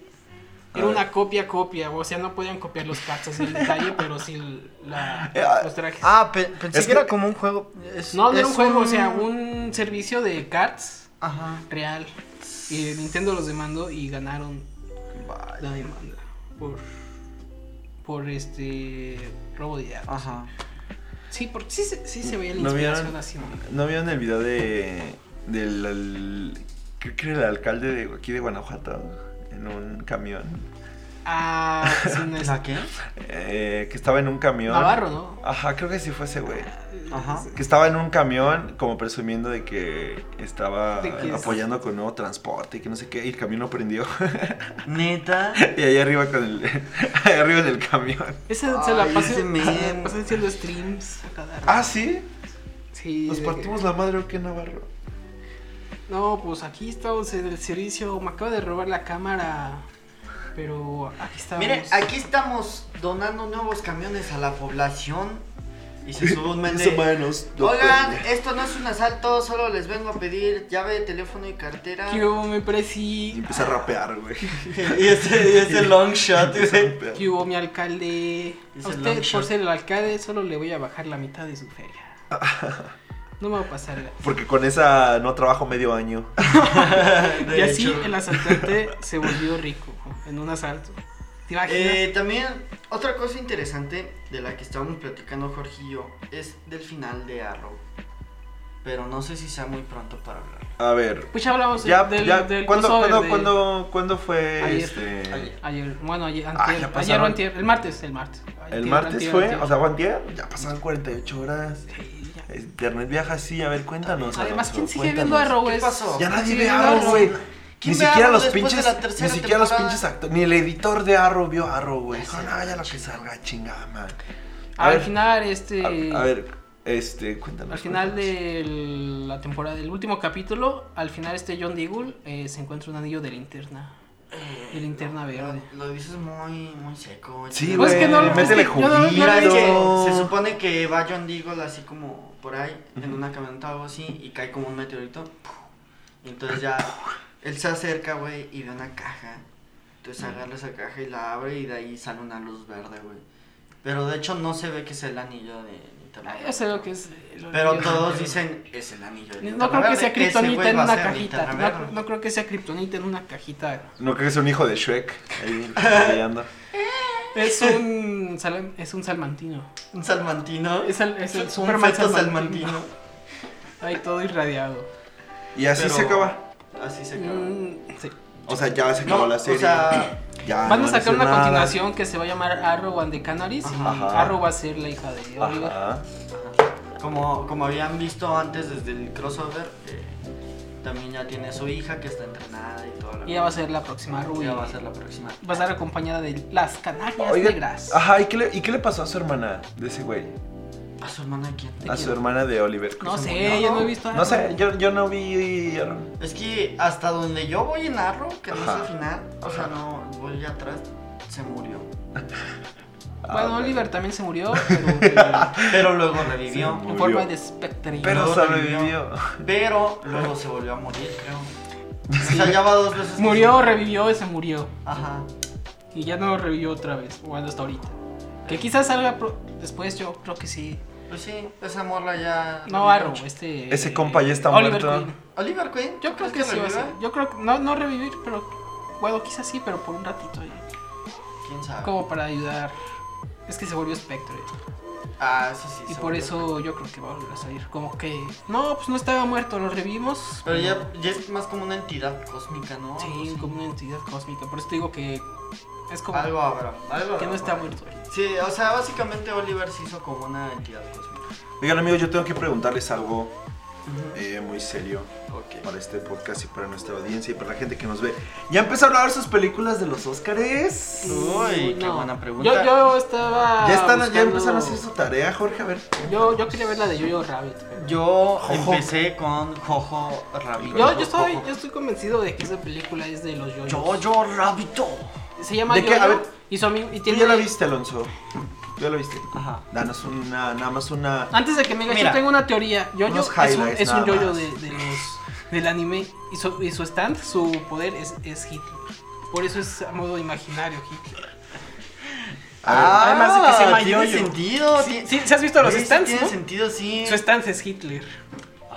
Speaker 2: Era una copia copia, o sea, no podían copiar los karts así en detalle, pero sí la,
Speaker 4: Eh, ah,
Speaker 2: los trajes.
Speaker 3: Ah, pe- pensé
Speaker 4: Es
Speaker 3: que,
Speaker 4: que-
Speaker 3: era como un juego. Es-
Speaker 2: no, no
Speaker 3: es
Speaker 2: era un juego, o sea, un servicio de karts
Speaker 3: Ajá.
Speaker 2: real. Y Nintendo los demandó y ganaron
Speaker 3: Vaya.
Speaker 2: la demanda por por este robo de datos.
Speaker 3: Ajá.
Speaker 2: Sí, porque sí, se- sí se veía la
Speaker 4: ¿No
Speaker 2: inspiración
Speaker 4: vieron?
Speaker 2: así. ¿no?
Speaker 4: ¿No vieron el video de. del. al- creo que era el alcalde de aquí de Guanajuato? En un camión.
Speaker 2: Ah, sí, no es-
Speaker 3: ¿La qué?
Speaker 4: Eh, que estaba en un camión.
Speaker 2: Navarro, ¿no?
Speaker 4: Ajá, creo que sí fue ese güey.
Speaker 3: Ajá.
Speaker 4: Que estaba en un camión, como presumiendo de que estaba
Speaker 2: De que es-
Speaker 4: apoyando con nuevo transporte y que no sé qué, y el camión no prendió. [laughs]
Speaker 3: Neta.
Speaker 4: y ahí arriba con el. [laughs] ahí arriba en el camión.
Speaker 2: Esa se la
Speaker 3: Ay,
Speaker 2: pasé,
Speaker 3: ese
Speaker 2: [laughs]
Speaker 3: meme.
Speaker 2: se la pasé haciendo streams a cada rato.
Speaker 4: Ah, sí.
Speaker 2: Sí,
Speaker 4: Nos
Speaker 2: de
Speaker 4: partimos la madre o qué Navarro.
Speaker 2: que, No, pues aquí estamos en el servicio. Me acaba de robar la cámara. Pero aquí estamos.
Speaker 3: Miren, aquí estamos donando nuevos camiones a la población. Y se sube
Speaker 4: [laughs]
Speaker 3: un men de,
Speaker 4: Humanos.
Speaker 3: Oigan,
Speaker 2: eh.
Speaker 3: esto no es un asalto, solo les vengo a pedir llave, teléfono y cartera.
Speaker 2: ¿Qué hubo, mi
Speaker 4: Y
Speaker 2: presi?
Speaker 4: empieza a rapear,
Speaker 2: [laughs]
Speaker 4: güey.
Speaker 3: [laughs] y ese, y ese long shot,
Speaker 4: Empieza a
Speaker 3: güey.
Speaker 4: rapear.
Speaker 2: ¿Qué hubo, mi alcalde?
Speaker 3: Es
Speaker 2: A
Speaker 3: el
Speaker 2: usted,
Speaker 3: long
Speaker 2: por
Speaker 3: shot.
Speaker 2: ser el alcalde, solo le voy a bajar la mitad de su feria. No me va a pasar. la-
Speaker 4: Porque con esa no trabajo medio año.
Speaker 2: Y
Speaker 3: De
Speaker 2: así
Speaker 3: hecho.
Speaker 2: el asaltante se volvió rico en un asalto. ¿Te imaginas?
Speaker 3: Eh, también, otra cosa interesante de la que estábamos platicando Jorge y yo es del final de Arrow. Pero no sé si sea muy pronto para hablar.
Speaker 4: A ver.
Speaker 2: pues ya hablamos
Speaker 4: Ya,
Speaker 2: del,
Speaker 4: ya,
Speaker 2: del
Speaker 4: ¿cuándo,
Speaker 2: crossover
Speaker 4: cuándo,
Speaker 2: de-
Speaker 4: cuándo- cuándo fue
Speaker 2: Ayer.
Speaker 4: este?
Speaker 3: Ayer.
Speaker 2: Ayer, bueno, ayer,
Speaker 4: Ah,
Speaker 2: antier,
Speaker 4: ya
Speaker 2: ayer
Speaker 4: pasaron.
Speaker 2: o antier, el martes, el martes.
Speaker 4: ¿El
Speaker 2: Antier,
Speaker 4: martes
Speaker 2: antier,
Speaker 4: fue?
Speaker 2: antier.
Speaker 4: O sea, Juan día. Ya pasaron 48 horas.
Speaker 2: Sí, ya.
Speaker 4: Internet viaja así, a ver, cuéntanos.
Speaker 2: Además,
Speaker 4: Alonso,
Speaker 2: ¿quién sigue
Speaker 4: cuéntanos.
Speaker 2: viendo Arrow?
Speaker 3: ¿Qué
Speaker 2: Es-
Speaker 3: pasó?
Speaker 4: Ya nadie
Speaker 2: sigue
Speaker 4: ve
Speaker 2: viendo
Speaker 4: Arrow,
Speaker 2: Arrow.
Speaker 4: güey. Ni
Speaker 3: ¿Quién ve
Speaker 4: siquiera
Speaker 3: Arrow
Speaker 4: los
Speaker 3: después de
Speaker 4: pinches,
Speaker 3: la
Speaker 4: ni
Speaker 3: tercera
Speaker 4: siquiera los
Speaker 3: temporada?
Speaker 4: pinches actores, ni el editor de Arrow vio Arrow, güey.
Speaker 3: Ya
Speaker 4: Dijo,
Speaker 3: sé,
Speaker 4: no, ya lo que salga, chingada, man. A
Speaker 2: Al
Speaker 4: ver,
Speaker 2: final, este.
Speaker 4: A, a ver, este, cuéntanos.
Speaker 2: Al final
Speaker 4: cuéntanos.
Speaker 2: de la temporada, del último capítulo, al final este John Deagle eh, se encuentra un anillo de linterna. De linterna verde.
Speaker 3: Lo, lo dices muy, muy seco.
Speaker 4: Sí,
Speaker 2: Pues
Speaker 4: güey,
Speaker 2: que no, es
Speaker 4: métele
Speaker 2: que yo no-
Speaker 4: juguito.
Speaker 2: no
Speaker 3: Pues Mira, es
Speaker 2: Pero-
Speaker 3: que se supone que va John Deagle así como por ahí, en una camioneta o algo así, y cae como un meteorito. Y entonces ya él se acerca, güey, y ve una caja. Entonces agarra esa caja y la abre, y de ahí sale una luz verde, güey. Pero de hecho no se ve que es el anillo de Linterna
Speaker 2: Ah,
Speaker 3: Verde.
Speaker 2: ya sé lo que es. el
Speaker 3: Pero
Speaker 2: anillo de
Speaker 3: todos
Speaker 2: linterna.
Speaker 3: dicen, es el anillo de
Speaker 2: No
Speaker 3: Linterna
Speaker 2: creo que
Speaker 3: Verde,
Speaker 2: sea
Speaker 3: ese
Speaker 2: Kryptonita
Speaker 3: güey
Speaker 2: en
Speaker 3: va a
Speaker 2: una
Speaker 3: ser
Speaker 2: cajita.
Speaker 3: Linterna
Speaker 2: No,
Speaker 3: Verde.
Speaker 2: no creo que sea Kryptonita en una cajita.
Speaker 4: No creo que sea un hijo de Shrek. Ahí, peleando.
Speaker 2: Es un, sal- es un salmantino.
Speaker 3: Un salmantino.
Speaker 2: Es el, es el
Speaker 3: un
Speaker 2: Superman
Speaker 3: feto
Speaker 2: salmantino. Ahí todo irradiado.
Speaker 4: Y así
Speaker 3: Pero-
Speaker 4: se acaba.
Speaker 3: Así se acaba.
Speaker 2: Mm, sí.
Speaker 4: O sea, ya se acabó
Speaker 3: No,
Speaker 4: la
Speaker 3: o
Speaker 4: serie.
Speaker 3: sea,
Speaker 4: Ya,
Speaker 2: Van
Speaker 4: Ah, no
Speaker 2: a sacar
Speaker 4: hacer
Speaker 2: una
Speaker 4: nada.
Speaker 2: continuación que se va a llamar Arrow and the Canaries. y
Speaker 4: Ajá.
Speaker 2: Arrow va a ser la hija de Oliver.
Speaker 4: Ajá.
Speaker 3: Como, como habían visto antes desde el crossover, eh, también ya tiene su hija que está entrenada y toda la
Speaker 2: Y ella va a ser la próxima Arrow.
Speaker 3: Ella
Speaker 2: y
Speaker 3: va a ser la próxima.
Speaker 2: va a estar acompañada de las Canarias
Speaker 4: Oiga,
Speaker 2: Negras.
Speaker 4: ajá, ¿y qué, le, ¿y qué le pasó a su hermana de ese güey?
Speaker 3: ¿A su hermana quién?
Speaker 4: A su hermana de Oliver.
Speaker 2: No
Speaker 3: se
Speaker 2: sé,
Speaker 3: murió,
Speaker 2: yo
Speaker 3: ¿no?
Speaker 2: no he visto
Speaker 4: No
Speaker 2: Arrow.
Speaker 4: sé, yo, yo no vi Arrow.
Speaker 3: Es que hasta donde yo voy en Arrow, que no es
Speaker 4: Ajá.
Speaker 3: al final, o sea, no voy atrás, se murió.
Speaker 2: Bueno,
Speaker 4: Ah,
Speaker 2: Oliver también se
Speaker 4: [laughs]
Speaker 2: murió, pero eh,
Speaker 3: Pero luego revivió.
Speaker 4: Sí.
Speaker 2: en
Speaker 4: Murió.
Speaker 2: forma de Spectre.
Speaker 4: Pero
Speaker 3: No,
Speaker 4: sobrevivió.
Speaker 3: Pero luego se volvió a morir, creo. O sea, ya va dos veces. que
Speaker 2: Murió,
Speaker 3: se-
Speaker 2: revivió y se murió.
Speaker 3: Ajá.
Speaker 2: Y ya no revivió otra vez, bueno, hasta ahorita. Que quizás salga pro- después, yo creo que sí.
Speaker 3: Pues sí, esa morra ya.
Speaker 2: No, Arrow, este.
Speaker 4: Ese compa ya está
Speaker 2: Oliver
Speaker 4: muerto.
Speaker 2: Queen.
Speaker 3: Oliver Queen.
Speaker 2: Yo creo que, sí va a ser. Yo creo que. No, no revivir, pero. Bueno, quizás sí, pero por un ratito. ahí.
Speaker 3: ¿Quién
Speaker 4: Ah.
Speaker 3: sabe?
Speaker 2: Como para ayudar. Es que se volvió Spectre.
Speaker 3: Ah, eso sí.
Speaker 2: Y
Speaker 3: se
Speaker 2: por
Speaker 3: volvió.
Speaker 2: eso yo creo que va a volver a salir. Como que. No, pues no estaba muerto, lo revivimos.
Speaker 3: Pero ya, ya es más como una entidad cósmica, ¿no? Algo
Speaker 2: Sí,
Speaker 3: así.
Speaker 2: como una entidad cósmica. Por eso te digo que. Es como.
Speaker 3: Algo habrá. Algo habrá
Speaker 2: que no
Speaker 3: por
Speaker 2: está
Speaker 3: ahí.
Speaker 2: muerto.
Speaker 3: Sí, o sea, básicamente Oliver se hizo como una entidad cósmica.
Speaker 4: Oigan amigos, yo tengo que preguntarles algo eh, muy serio
Speaker 3: Ok.
Speaker 4: para este podcast y para nuestra audiencia y para la gente que nos ve. ¿Ya empezaron a ver sus películas de los Óscares?
Speaker 3: Uy, qué
Speaker 2: No.
Speaker 3: buena pregunta.
Speaker 2: Yo, yo estaba.
Speaker 4: Ya están, ya
Speaker 2: buscando-
Speaker 4: empezaron a hacer su tarea, Jorge, a ver.
Speaker 2: Yo, yo quería ver la de Jojo Rabbit. pero-
Speaker 3: Yo
Speaker 4: Jojo.
Speaker 3: empecé con Jojo Rabbit.
Speaker 2: Yo, yo, estoy, yo estoy convencido de que esa película es de los Jojos.
Speaker 3: Jojo Rabbito.
Speaker 2: Se llama
Speaker 4: ¿De qué?
Speaker 2: Jojo
Speaker 4: A ver,
Speaker 2: y su amigo y
Speaker 4: Tú
Speaker 2: tiene
Speaker 4: ya la viste, Alonso. Tú ya la viste.
Speaker 3: Ajá.
Speaker 4: Danos una, nada más una.
Speaker 2: Antes de que me digas,
Speaker 3: Mira,
Speaker 2: yo tengo una teoría. Jojo
Speaker 4: unos
Speaker 2: es un,
Speaker 4: highlights
Speaker 2: es un
Speaker 4: nada
Speaker 2: Jojo
Speaker 4: más.
Speaker 2: de, de los, del anime y su, y su stand, su poder es, es Hitler. Por eso es a modo imaginario Hitler.
Speaker 4: A ver.
Speaker 2: además de que se llama
Speaker 3: Ah, tiene
Speaker 2: Jojo.
Speaker 3: sentido.
Speaker 2: Sí,
Speaker 3: tiene-
Speaker 2: sí, ¿sí has visto los
Speaker 3: Güey, sí
Speaker 2: stands,
Speaker 3: Tiene
Speaker 2: ¿no?
Speaker 3: sentido, sí.
Speaker 2: Su stand es Hitler.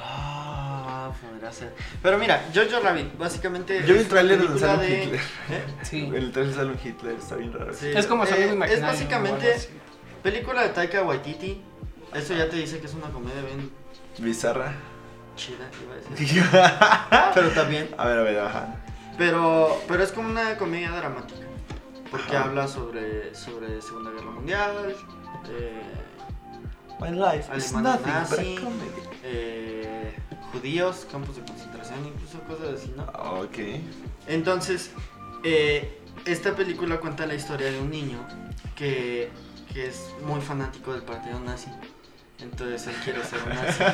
Speaker 3: Ah, podría ser. Pero mira, Jojo Rabbit, básicamente.
Speaker 4: Yo vi el
Speaker 3: es una
Speaker 4: tráiler donde
Speaker 3: ah. película
Speaker 4: sale
Speaker 3: de-
Speaker 4: Hitler.
Speaker 3: ¿Eh?
Speaker 2: Sí.
Speaker 4: El trailer sale un Hitler, está bien raro.
Speaker 3: Sí.
Speaker 2: Es como su amigo
Speaker 3: Eh,
Speaker 2: imaginario.
Speaker 3: Es
Speaker 2: o algo
Speaker 3: básicamente
Speaker 2: así.
Speaker 3: película de Taika Waititi. Eso ya te dice que es una comedia bien
Speaker 4: Bizarra. [laughs]
Speaker 3: chida, iba a decir.
Speaker 4: a
Speaker 3: Pero también.
Speaker 4: ver, a ver, ajá.
Speaker 3: Pero, pero es como una comedia dramática. Porque habla sobre, sobre Segunda Guerra Mundial. eh,
Speaker 4: My life is
Speaker 3: Alemán
Speaker 4: nothing but
Speaker 3: nazi,
Speaker 4: a comedy.
Speaker 3: eh, judíos, campos de concentración, incluso cosas así, ¿no?
Speaker 4: Ok.
Speaker 3: Entonces, eh, esta película cuenta la historia de un niño que, que es muy fanático del partido nazi. Entonces él quiere ser
Speaker 2: [laughs]
Speaker 3: un nazi.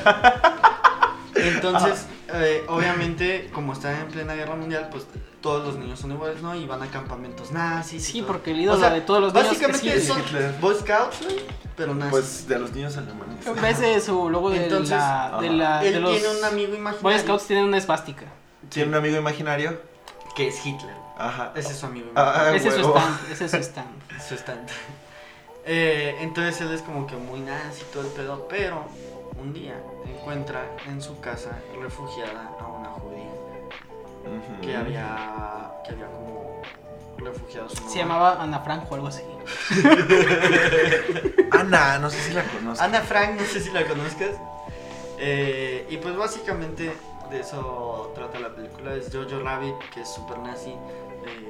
Speaker 3: Entonces, eh, obviamente, como está en plena guerra mundial, pues todos los niños son iguales, ¿no? Y van a campamentos nazis. y
Speaker 2: Sí,
Speaker 3: todo.
Speaker 2: porque el ídolo
Speaker 3: O sea,
Speaker 2: de todos los niños es
Speaker 3: Básicamente
Speaker 2: Hitler.
Speaker 3: son
Speaker 4: Hitler.
Speaker 3: Boy Scouts, güey, pero nazis.
Speaker 4: Pues de los niños alemanes.
Speaker 2: Ves de su logo de
Speaker 3: Entonces,
Speaker 2: la, de la ah, de
Speaker 3: él
Speaker 2: los
Speaker 3: tiene un amigo
Speaker 2: Boy
Speaker 3: imaginario
Speaker 2: Scouts tienen una espástica.
Speaker 4: ¿Tiene un amigo imaginario?
Speaker 3: que es Hitler.
Speaker 4: Ajá.
Speaker 3: Ese es su amigo imaginario.
Speaker 4: Ah, ah,
Speaker 2: ese es su
Speaker 4: huevo.
Speaker 2: stand, ese es su stand.
Speaker 3: su stand. [laughs] Eh, entonces él es como que muy nazi y todo el pedo, pero un día encuentra en su casa refugiada a una judía
Speaker 4: Ujú.
Speaker 3: que había que había como refugiado a su mamá.
Speaker 2: Se llamaba Ana Franco o algo así.
Speaker 4: Ana, no sé si la conozco.
Speaker 3: Ana Frank, no sé si la conozcas. Eh, y pues básicamente de eso trata la película. Es Jojo Rabbit, que es super nazi, eh,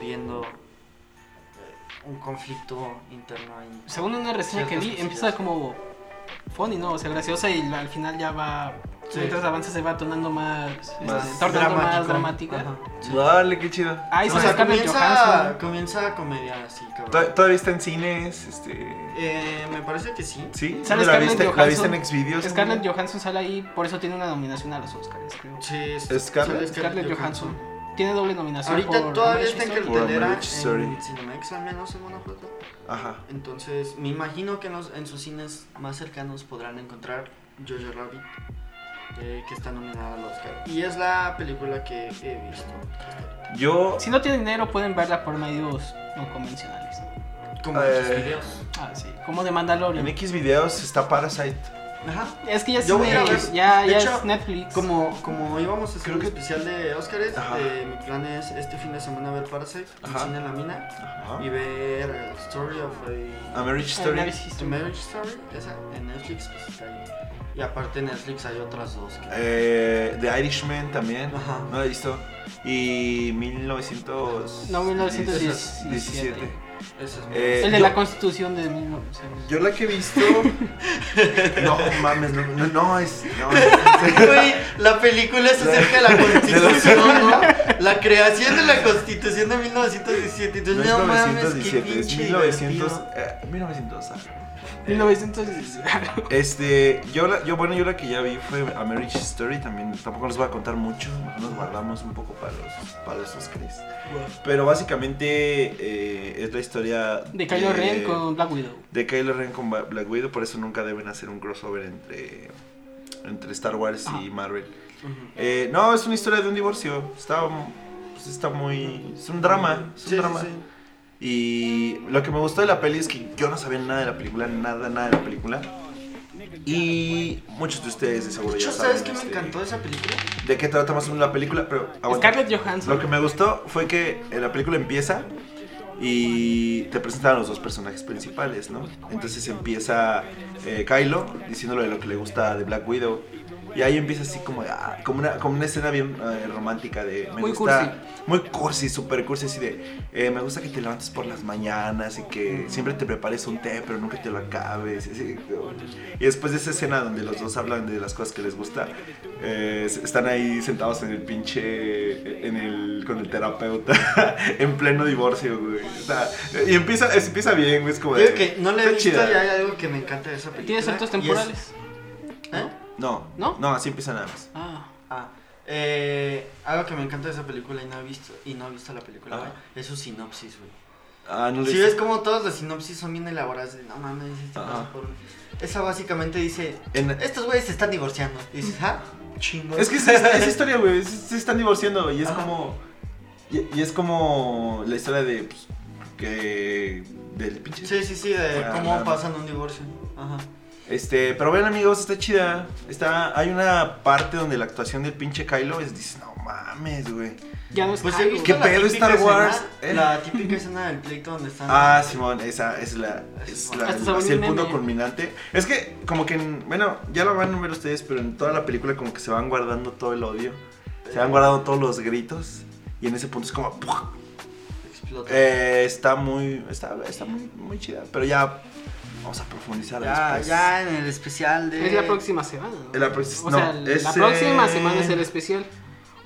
Speaker 3: viendo eh, un conflicto interno ahí.
Speaker 2: Según una reseña que
Speaker 3: Ciertas
Speaker 2: vi,
Speaker 3: cosillas.
Speaker 2: empieza como funny, ¿no? O sea, graciosa y al final ya va.
Speaker 3: Sí.
Speaker 2: Mientras avanza se va tornando más. este,
Speaker 4: Más
Speaker 2: tornando más
Speaker 3: dramático.
Speaker 2: dramática.
Speaker 3: Ajá.
Speaker 4: Dale, qué chido.
Speaker 2: Ahí se
Speaker 3: o sea,
Speaker 2: saca Scarlett
Speaker 3: comienza,
Speaker 2: Johansson.
Speaker 3: comienza comedia así, cabrón.
Speaker 4: To- Todavía está en cines, este.
Speaker 3: Eh, me parece que sí.
Speaker 4: Sí,
Speaker 2: ¿Sale
Speaker 4: la
Speaker 2: Scarlett
Speaker 4: viste, la
Speaker 2: Johansson?
Speaker 4: viste en Xvideos.
Speaker 2: Scarlett Johansson sale ahí, por eso tiene una nominación a los Oscars, creo.
Speaker 3: Sí, es- sale
Speaker 4: Scarlett-
Speaker 2: Scarlett Johansson. Tiene doble nominación.
Speaker 3: Ahorita
Speaker 2: por
Speaker 3: todavía
Speaker 2: Marriage
Speaker 3: está en
Speaker 2: Story.
Speaker 4: Por
Speaker 3: cartelera en
Speaker 4: Marriage Story.
Speaker 3: Cinemex, al menos en Guanajuato.
Speaker 4: Ajá.
Speaker 3: Entonces, me imagino que en, los- en sus cines más cercanos podrán encontrar Jojo Rabbit, eh, que está nominada al Oscar. Y es la película que he visto.
Speaker 4: Yo.
Speaker 2: Si no tienen dinero, pueden verla por medios no convencionales.
Speaker 3: Como
Speaker 4: Eh.
Speaker 3: en sus videos.
Speaker 2: Ah, sí. Como de
Speaker 4: En
Speaker 2: Mandalorian.
Speaker 4: X videos está Parasite.
Speaker 3: Ajá.
Speaker 2: Es que ya, es,
Speaker 3: Yo voy a
Speaker 2: cine,
Speaker 3: ver-
Speaker 2: ya,
Speaker 3: de
Speaker 2: ya
Speaker 3: hecho,
Speaker 2: es Netflix.
Speaker 3: Como, como íbamos a hacer
Speaker 4: Creo
Speaker 3: un
Speaker 4: que-
Speaker 3: especial de Oscars,
Speaker 4: Ajá.
Speaker 3: eh, mi plan es este fin de semana ver Parasite, en
Speaker 4: Ajá.
Speaker 3: Cine en la Mina,
Speaker 4: Ajá.
Speaker 3: y ver eh, Story of
Speaker 4: A
Speaker 3: a,
Speaker 4: Marriage
Speaker 2: Eh,
Speaker 4: Story.
Speaker 2: Marriage
Speaker 3: a
Speaker 2: Story.
Speaker 3: Marriage Story, esa en Netflix, pues está ahí. Y aparte en Netflix hay otras dos que...
Speaker 4: Eh, The Irishman también.
Speaker 3: Ajá.
Speaker 4: No la he visto. Y 1900.
Speaker 2: No, 1917.
Speaker 3: Esas
Speaker 4: Eh,
Speaker 2: El de
Speaker 4: yo-
Speaker 2: la constitución de 1900.
Speaker 4: Yo la que he visto. [laughs] no mames, no, no, no, es. No,
Speaker 3: Güey, la película es acerca de
Speaker 4: [laughs]
Speaker 3: la constitución, ¿no? La creación de la constitución de 1917.
Speaker 4: no
Speaker 3: Entonces,
Speaker 4: es
Speaker 3: no, mames, qué
Speaker 4: 917, es
Speaker 3: pinche
Speaker 4: 1900.
Speaker 3: divertido.
Speaker 4: eh, 1900. ah.
Speaker 3: eh,
Speaker 2: 1900.
Speaker 4: Este, yo, la- yo, bueno, yo la que ya vi fue A Marriage Story también. Tampoco les voy a contar mucho, mejor nos guardamos un poco para los, para los Oscars. Pero básicamente eh, es la historia
Speaker 2: De Kylo Ren con Black Widow.
Speaker 4: de Kylo Ren con Ba- Black Widow, por eso nunca deben hacer un crossover entre, entre Star Wars y
Speaker 2: Ajá.
Speaker 4: Marvel.
Speaker 3: Ujú.
Speaker 4: Eh, no, es una historia de un divorcio. Está, pues, está muy. Es un drama. Es un
Speaker 3: Sí, sí,
Speaker 4: drama.
Speaker 3: sí.
Speaker 4: Y lo que me gustó de la peli es que yo no sabía nada de la película, nada, nada de la película. Y muchos de ustedes de seguro
Speaker 3: De
Speaker 4: ya
Speaker 3: hecho,
Speaker 4: saben.
Speaker 3: ¿sabes qué me
Speaker 4: este,
Speaker 3: encantó de esa película?
Speaker 4: de qué trata más o menos la película, pero aguanta.
Speaker 2: Scarlett Johansson.
Speaker 4: Lo que me gustó fue que eh, la película empieza y te presentan a los dos personajes principales, ¿no? Entonces empieza eh, Kylo diciéndole de lo que le gusta de Black Widow. Y ahí empieza así como, ah, como, una, como una escena bien eh, romántica de... Me
Speaker 2: Muy
Speaker 4: gusta, Muy cursi, súper cursi, así de... eh, me gusta que te levantes por las mañanas y que siempre te prepares un té, pero nunca te lo acabes. y así, como- y después de esa escena donde los dos hablan de las cosas que les gusta, eh, s- están ahí sentados en el pinche. eh, En el, con el terapeuta, [laughs] en pleno divorcio, güey. O sea, y empieza, es- empieza bien, güey. Es como de.
Speaker 3: Digo que no la he
Speaker 4: Pues, está
Speaker 3: visto
Speaker 4: chida.
Speaker 3: y hay algo que me encanta de esa película.
Speaker 2: Tiene saltos
Speaker 3: y
Speaker 2: temporales.
Speaker 3: es- ¿Eh?
Speaker 4: No,
Speaker 2: ¿No?
Speaker 4: no, así empieza nada más.
Speaker 2: Ah.
Speaker 3: Ah, eh, algo que me encanta de esa película y no he visto, y no he visto la película,
Speaker 4: Ah.
Speaker 3: güey, es su sinopsis, güey.
Speaker 4: Ah, no lo
Speaker 3: Si
Speaker 4: hice.
Speaker 3: ves como todas las sinopsis son bien elaboradas, de, no mames, este
Speaker 4: Ajá.
Speaker 3: pasa por un-". Esa básicamente dice,
Speaker 4: En-
Speaker 3: estos güeyes se están divorciando. Y dices, ah, chingón.
Speaker 4: es que es, es historia, güey. es- se están divorciando y es
Speaker 3: Ajá.
Speaker 4: como. Y, y es como la historia de. pues, que. Del pinche.
Speaker 3: Sí, sí, sí, de
Speaker 4: Ah,
Speaker 3: cómo
Speaker 4: la-
Speaker 3: pasan un divorcio. Ajá.
Speaker 4: Este, pero ven amigos, está chida. Está, hay una parte donde la actuación del pinche Kylo es, dices, no mames, güey.
Speaker 2: Ya no es
Speaker 3: Pues he
Speaker 2: Kylo.
Speaker 3: visto
Speaker 4: ¿Qué
Speaker 3: la
Speaker 4: pedo
Speaker 3: típica
Speaker 4: Star Wars?
Speaker 3: escena-
Speaker 4: ¿Eh?
Speaker 3: La típica escena del pleito donde están. eh,
Speaker 4: Ah, Simón, esa es la, es la-
Speaker 2: Hasta se volvió
Speaker 4: así el
Speaker 2: un
Speaker 4: punto
Speaker 2: meme.
Speaker 4: culminante. Es que como que, en- bueno, ya lo van a ver ustedes, pero en toda la película como que se van guardando todo el odio,
Speaker 3: eh,
Speaker 4: se van guardando todos los gritos y en ese punto es como, ¡puf!
Speaker 3: explota.
Speaker 4: Eh, está muy, está, está muy, muy chida. Pero ya vamos a profundizar
Speaker 3: ya,
Speaker 4: después.
Speaker 3: ya en el especial de.
Speaker 2: Es la próxima semana. ¿no?
Speaker 4: En la prox-
Speaker 2: O
Speaker 4: no,
Speaker 2: sea, la
Speaker 4: es,
Speaker 2: próxima
Speaker 4: eh,
Speaker 2: semana es el especial.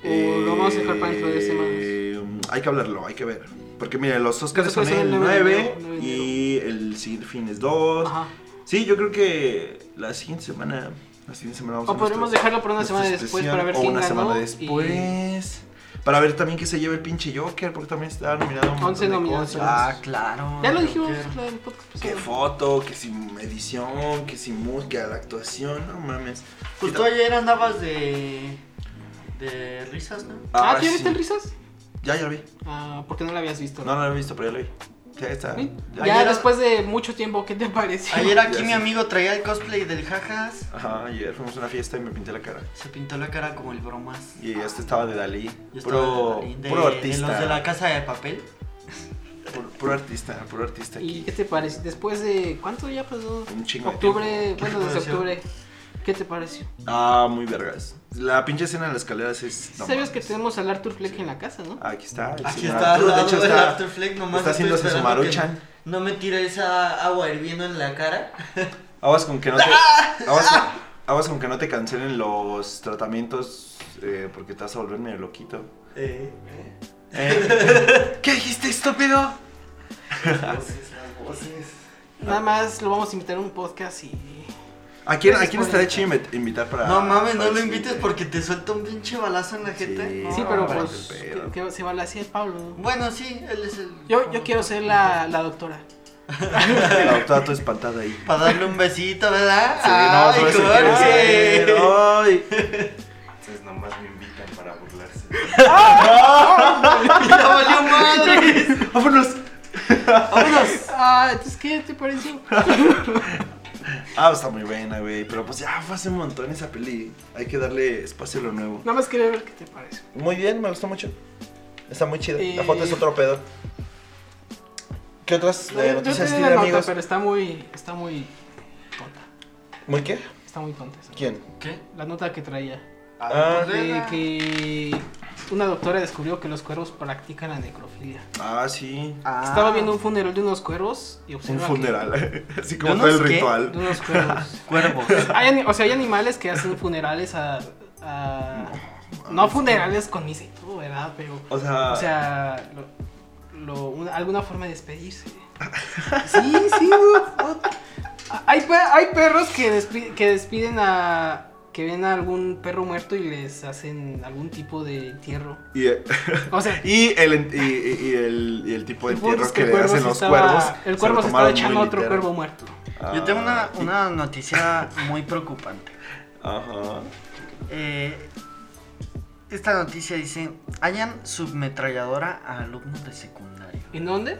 Speaker 2: O Uh, lo vamos a dejar para dentro de dos semanas.
Speaker 4: semanas. Eh, Hay que hablarlo, hay que ver. Porque mira, los Oscars
Speaker 2: Los
Speaker 4: son
Speaker 2: Óscares son
Speaker 4: el
Speaker 2: el nueve de
Speaker 4: 9
Speaker 2: enero, nueve de
Speaker 4: y el siguiente fin es 2.
Speaker 2: Ajá.
Speaker 4: Sí, yo creo que la siguiente semana. La siguiente semana vamos
Speaker 2: O
Speaker 4: a nuestro-
Speaker 2: podemos dejarlo por una
Speaker 4: nuestro
Speaker 2: semana después
Speaker 4: especial,
Speaker 2: para ver
Speaker 4: o
Speaker 2: quién
Speaker 4: una
Speaker 2: ganó
Speaker 4: semana
Speaker 2: y-
Speaker 4: después. Para ver también qué se lleva el pinche Joker, porque también está nominado a
Speaker 2: 11
Speaker 4: un montón de
Speaker 2: nominaciones.
Speaker 4: cosas.
Speaker 3: Ah, claro.
Speaker 2: Ya lo dijimos
Speaker 3: Joker.
Speaker 2: en el podcast.
Speaker 4: Que
Speaker 2: pasado.
Speaker 4: foto, que sin edición, que sin música, la actuación, no mames.
Speaker 3: Justo ayer andabas de. de risas, ¿no?
Speaker 2: Ah, ¿tú ya
Speaker 4: sí.
Speaker 2: viste el risas?
Speaker 4: Ya, ya lo vi.
Speaker 2: Ah, porque no lo habías visto.
Speaker 4: No, no lo he visto, pero ya lo vi. Ya está.
Speaker 2: ¿Sí? Ya
Speaker 4: Ya-
Speaker 3: Ayer-
Speaker 2: después de mucho tiempo, ¿qué te pareció?
Speaker 3: Ayer aquí
Speaker 4: Ya
Speaker 3: mi
Speaker 4: sé.
Speaker 3: amigo traía el cosplay del jajas.
Speaker 4: Ajá, ayer fuimos a una fiesta y me pinté la cara.
Speaker 3: Se pintó la cara como el bromas.
Speaker 4: Y este estaba de Dalí.
Speaker 3: Yo estaba
Speaker 4: Puro,
Speaker 3: de- de-
Speaker 4: puro
Speaker 3: De los
Speaker 4: artista.
Speaker 3: de la casa de papel.
Speaker 4: puro, puro artista, puro artista
Speaker 2: ¿Y
Speaker 4: aquí.
Speaker 2: qué te pareció? Después de. ¿Cuánto ya pasó?
Speaker 4: Un chingo de
Speaker 2: Octubre, bueno,
Speaker 3: tiempo. ¿Qué te
Speaker 2: desde
Speaker 3: pareció?
Speaker 2: octubre. ¿Qué te pareció?
Speaker 4: Ah, muy vergas. La pinche escena en las escaleras es. no
Speaker 2: Sabías
Speaker 4: mames. Ah.
Speaker 2: que tenemos al Arthur Fleck en la casa, ¿no?
Speaker 4: Aquí está. el
Speaker 3: Aquí
Speaker 4: señor
Speaker 3: está,
Speaker 4: Arturo, de hecho
Speaker 3: el
Speaker 4: está.
Speaker 3: Arthur Fleck, nomás
Speaker 4: está
Speaker 3: estoy
Speaker 4: haciéndose su
Speaker 3: esperando que
Speaker 4: maruchan.
Speaker 3: No me tira esa agua hirviendo en la cara.
Speaker 4: Aguas con
Speaker 3: [laughs]
Speaker 4: que no te. Aguas con, aguas con que no te cancelen los tratamientos eh, porque te vas a volver medio loquito.
Speaker 3: Eh. [laughs]
Speaker 4: Eh, ¿Qué dijiste, estúpido?
Speaker 3: Las voces, las voces.
Speaker 2: Nada más lo vamos a invitar a un podcast y.
Speaker 4: ¿A quién,
Speaker 2: Gracias
Speaker 4: a quién
Speaker 2: por
Speaker 4: estaría
Speaker 2: invitar.
Speaker 4: chido invi- invitar para.?
Speaker 3: No mames, no
Speaker 4: para
Speaker 3: lo
Speaker 4: este, el
Speaker 3: invites
Speaker 4: siguiente?
Speaker 3: porque te suelta un pinche balazo en la jeta.
Speaker 4: Sí.
Speaker 3: No,
Speaker 2: Sí, pero
Speaker 3: hombre.
Speaker 2: pues.
Speaker 4: qué pedo.
Speaker 2: Que, que se balancee el Pablo, ¿no?
Speaker 3: Bueno, sí, él es el.
Speaker 2: Yo, yo quiero ser la, la doctora.
Speaker 4: [laughs]
Speaker 3: [laughs]
Speaker 4: La doctora toda espantada ahí.
Speaker 3: Para darle un besito, ¿verdad?
Speaker 4: Sí, no,
Speaker 3: Ay,
Speaker 4: sobre eso
Speaker 3: Jorge.
Speaker 4: quiero saber. Ay.
Speaker 1: Entonces nomás me invitan para burlarse.
Speaker 3: [laughs] Ya valió madre.
Speaker 4: [laughs] Vámonos.
Speaker 2: ¡Vámonos! Ah, entonces, ¿qué te pareció?
Speaker 4: Ah, está muy buena, güey. Pero pues ya fue hace un montón esa peli. Hay que darle espacio a lo nuevo.
Speaker 2: Nada más quería ver qué te pareció.
Speaker 4: Muy bien, me gustó mucho. Está muy chida.
Speaker 2: Eh,
Speaker 4: La foto es otro pedo. ¿Qué otras eh,
Speaker 2: Yo, yo
Speaker 4: noticias
Speaker 2: tenía
Speaker 4: tiene,
Speaker 2: la nota,
Speaker 4: amigos?
Speaker 2: pero está muy. Está muy tonta.
Speaker 4: ¿Muy qué?
Speaker 2: Está muy tonta esa.
Speaker 4: ¿Quién?
Speaker 3: ¿Qué? pues,
Speaker 2: La nota que traía.
Speaker 4: Ah,
Speaker 2: De que una doctora descubrió que los cuervos practican la necrofilia.
Speaker 4: Ah, sí.
Speaker 2: Estaba viendo un funeral de unos cuervos y
Speaker 4: Un
Speaker 2: observa que-
Speaker 4: funeral. [laughs] Así
Speaker 3: ¿De
Speaker 4: como todo el
Speaker 3: unos qué?
Speaker 2: de
Speaker 4: ritual.
Speaker 2: unos cuervos. [laughs]
Speaker 3: cuervo.
Speaker 2: Hay ani- o sea, hay animales que hacen funerales a. a- no funerales con misito, ¿verdad? Pero.
Speaker 4: O sea,
Speaker 2: O sea, lo- lo- una- alguna forma de despedirse. Sí, sí. no, no. Hay, pe- hay perros que, despi- que despiden a. que ven a algún perro muerto y les hacen algún tipo de entierro.
Speaker 4: y, eh,
Speaker 2: O sea.
Speaker 4: y el, en- y, y- y el, y el tipo de
Speaker 2: el punto
Speaker 4: entierro
Speaker 2: es
Speaker 4: que, le
Speaker 2: cuervo
Speaker 4: hacen
Speaker 2: se
Speaker 4: los
Speaker 2: estaba-
Speaker 4: cuervos.
Speaker 2: El
Speaker 4: se
Speaker 2: cuervo
Speaker 4: lo
Speaker 2: se,
Speaker 4: tomaron
Speaker 2: estaba
Speaker 4: muy
Speaker 2: echando a otro
Speaker 4: literal.
Speaker 2: cuervo muerto.
Speaker 4: Ah,
Speaker 3: Yo tengo una, una noticia muy preocupante.
Speaker 4: Ajá.
Speaker 3: Eh, esta noticia dice: hallan submetralladora a alumnos de secundario.
Speaker 2: ¿En dónde?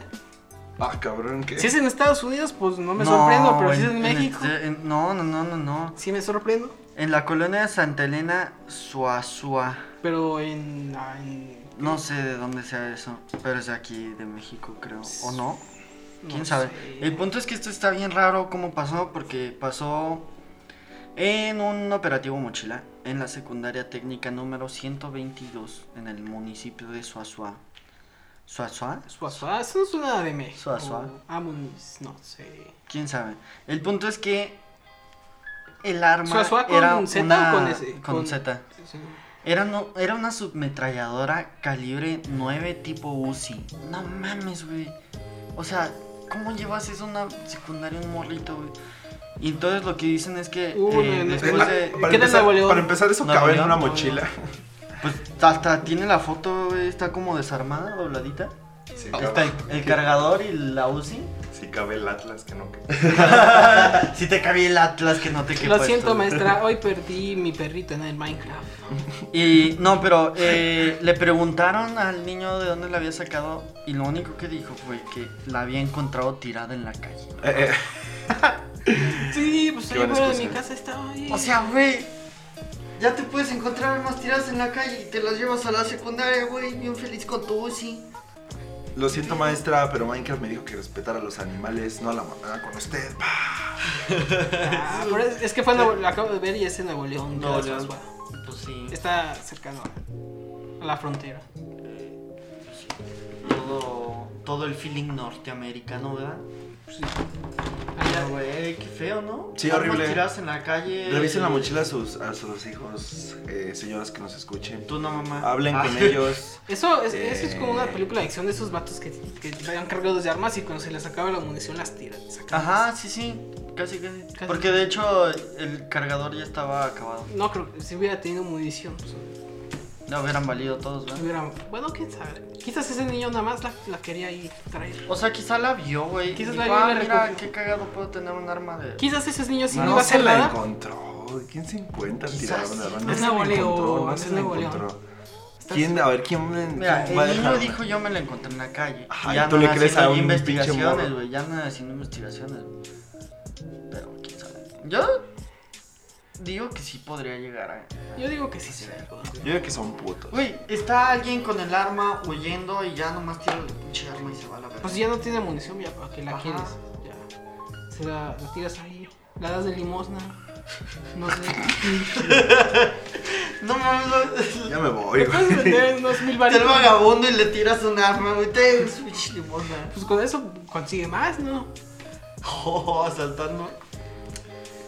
Speaker 4: Ah, cabrón, ¿qué?
Speaker 2: Si es en Estados Unidos, pues no me sorprendo, pero si es en México,
Speaker 3: este- en- no, no, no, no, no.
Speaker 2: sí me sorprendo.
Speaker 3: En la colonia de Santa Elena, Suazua.
Speaker 2: Pero en. ah, en-
Speaker 3: No sé de dónde sea eso, pero es de aquí, de México, creo. ¿O no? ¿Quién
Speaker 2: no
Speaker 3: sabe?
Speaker 2: sé.
Speaker 3: El punto es que esto está bien raro cómo pasó, porque pasó en un operativo mochila en la secundaria técnica número 122 en el municipio de Suazua. ¿Suazua?
Speaker 2: Suazua, eso no suena de México.
Speaker 3: Suazua.
Speaker 2: Amunis, no sé.
Speaker 3: ¿Quién sabe? El punto es que el arma
Speaker 2: ¿Suazua con
Speaker 3: era
Speaker 2: Z o
Speaker 3: una...
Speaker 2: con S?
Speaker 3: con
Speaker 2: Con-
Speaker 3: Z.
Speaker 2: Sí.
Speaker 3: Era, no, era una submetralladora calibre 9 tipo Uzi. No mames, güey. O sea, ¿cómo llevas eso a una secundaria un morrito, güey? Y entonces lo que dicen es que
Speaker 2: Uh,
Speaker 3: eh,
Speaker 2: no, no,
Speaker 4: Eh,
Speaker 3: después
Speaker 4: ah,
Speaker 3: de...
Speaker 2: ¿Qué tal
Speaker 4: para, empezar,
Speaker 2: Nuevo León?
Speaker 4: para empezar, eso
Speaker 3: Nuevo
Speaker 4: cabe en
Speaker 3: León,
Speaker 4: una
Speaker 3: Nuevo
Speaker 4: mochila.
Speaker 3: Pues hasta tiene la foto, güey, está como desarmada, dobladita.
Speaker 4: Sí,
Speaker 3: Está
Speaker 4: cabe,
Speaker 3: el, el cargador y la Uzi.
Speaker 4: sí cabe el Atlas, que no que-
Speaker 3: Si te cabía el Atlas que no te quepa
Speaker 2: Lo siento,
Speaker 3: esto.
Speaker 2: maestra, hoy perdí mi perrito en el Minecraft.
Speaker 3: Y no, pero eh, le preguntaron al niño de dónde la había sacado y lo único que dijo fue que la había encontrado tirada en la calle.
Speaker 4: Eh, eh,
Speaker 2: Sí, pues
Speaker 4: Qué
Speaker 2: ahí
Speaker 4: buena
Speaker 2: fuera de mi
Speaker 4: excusa.
Speaker 2: casa estaba ahí.
Speaker 3: O sea, güey, ya te puedes encontrar más tiradas en la calle y te las llevas a la secundaria, güey, bien feliz con tu Uzi.
Speaker 4: Lo siento, maestra, pero Minecraft me dijo que respetara a los animales, no a la mamada con usted. Pa.
Speaker 2: Ah, pero es, es que fue, en Nuevo- lo acabo de ver y es en Nuevo León.
Speaker 3: Nuevo
Speaker 2: de la
Speaker 3: León.
Speaker 2: Suazua.
Speaker 3: Pues sí,
Speaker 2: Está cercano a la frontera.
Speaker 3: todo, todo el feeling norteamericano, ¿verdad?
Speaker 2: Sí.
Speaker 3: Ah,
Speaker 2: Allá-
Speaker 3: güey, qué feo, ¿no?
Speaker 4: Sí, Armas horrible.
Speaker 3: tiradas
Speaker 4: tiradas
Speaker 3: en la calle.
Speaker 4: Revisen la mochila a sus, a sus hijos, eh, señoras que nos escuchen.
Speaker 3: Tú no, mamá. Ah.
Speaker 4: Hablen
Speaker 2: Ah.
Speaker 4: con ellos.
Speaker 2: [laughs] Eso es,
Speaker 4: Eh.
Speaker 2: eso es como una película de acción de esos vatos que, que vayan cargados de armas y cuando se les acaba la munición las tiran. sacan.
Speaker 3: [laughs] Ajá, sí, sí. Casi, casi.
Speaker 2: Casi.
Speaker 3: Porque de hecho el cargador ya estaba acabado.
Speaker 2: No creo que si hubiera tenido munición, pues,
Speaker 3: No hubieran valido todos,
Speaker 4: Ah.
Speaker 3: ¿verdad?
Speaker 2: hubiera. Bueno, quién sabe. Quizás ese niño nada más la, la quería ahí traer.
Speaker 3: O sea, quizá la vio, güey.
Speaker 2: Quizás
Speaker 3: Quizás
Speaker 2: la vio
Speaker 3: la
Speaker 2: y la
Speaker 3: mira,
Speaker 2: recogió".
Speaker 3: qué cagado puedo tener un arma de.
Speaker 2: Quizás ese niño sí no,
Speaker 4: No
Speaker 2: iba a
Speaker 4: se
Speaker 2: hacer
Speaker 4: la
Speaker 2: nada.
Speaker 4: encontró. ¿Quién se encuentra
Speaker 3: Quizás
Speaker 4: tirado en la
Speaker 3: sí,
Speaker 4: banda?
Speaker 2: no
Speaker 4: No
Speaker 2: es
Speaker 4: se la
Speaker 2: Nuevo León,
Speaker 4: encontró, no
Speaker 2: es
Speaker 4: se la
Speaker 2: Nuevo León.
Speaker 4: encontró.
Speaker 2: Estás-
Speaker 4: ¿Quién? A ver, ¿quién, quién
Speaker 3: Mira,
Speaker 4: va a
Speaker 3: el niño
Speaker 4: dejarla?
Speaker 3: dijo yo me la encontré en la calle.
Speaker 4: Ajá,
Speaker 3: Y
Speaker 4: ¿y tú le
Speaker 3: andan
Speaker 4: crees
Speaker 3: haciendo
Speaker 4: a un pinche
Speaker 3: investigaciones,
Speaker 4: morro?
Speaker 3: güey. Ya andan haciendo investigaciones. güey. Pero quién sabe. Yo digo que sí podría llegar a.
Speaker 2: Yo digo que sí se algo.
Speaker 4: Yo creo que son putos.
Speaker 3: Güey, está alguien con el arma huyendo y ya nomás tira la pinche arma y se va a la verga.
Speaker 2: Pues si ya no tiene munición, ya para que la
Speaker 3: Ajá.
Speaker 2: quieres. Ya. Se la, la tiras ahí. La das de limosna. No sé.
Speaker 4: [laughs]
Speaker 3: No mames,
Speaker 4: Ya me voy,
Speaker 2: Te puedes
Speaker 4: [laughs] güey.
Speaker 2: vender unos mil
Speaker 3: [laughs] Está el
Speaker 2: varitos.
Speaker 3: vagabundo y le tiras un arma, güey. [laughs] Ten su pinche limosna.
Speaker 2: Pues con eso consigue más, ¿no?
Speaker 3: Oh, asaltando.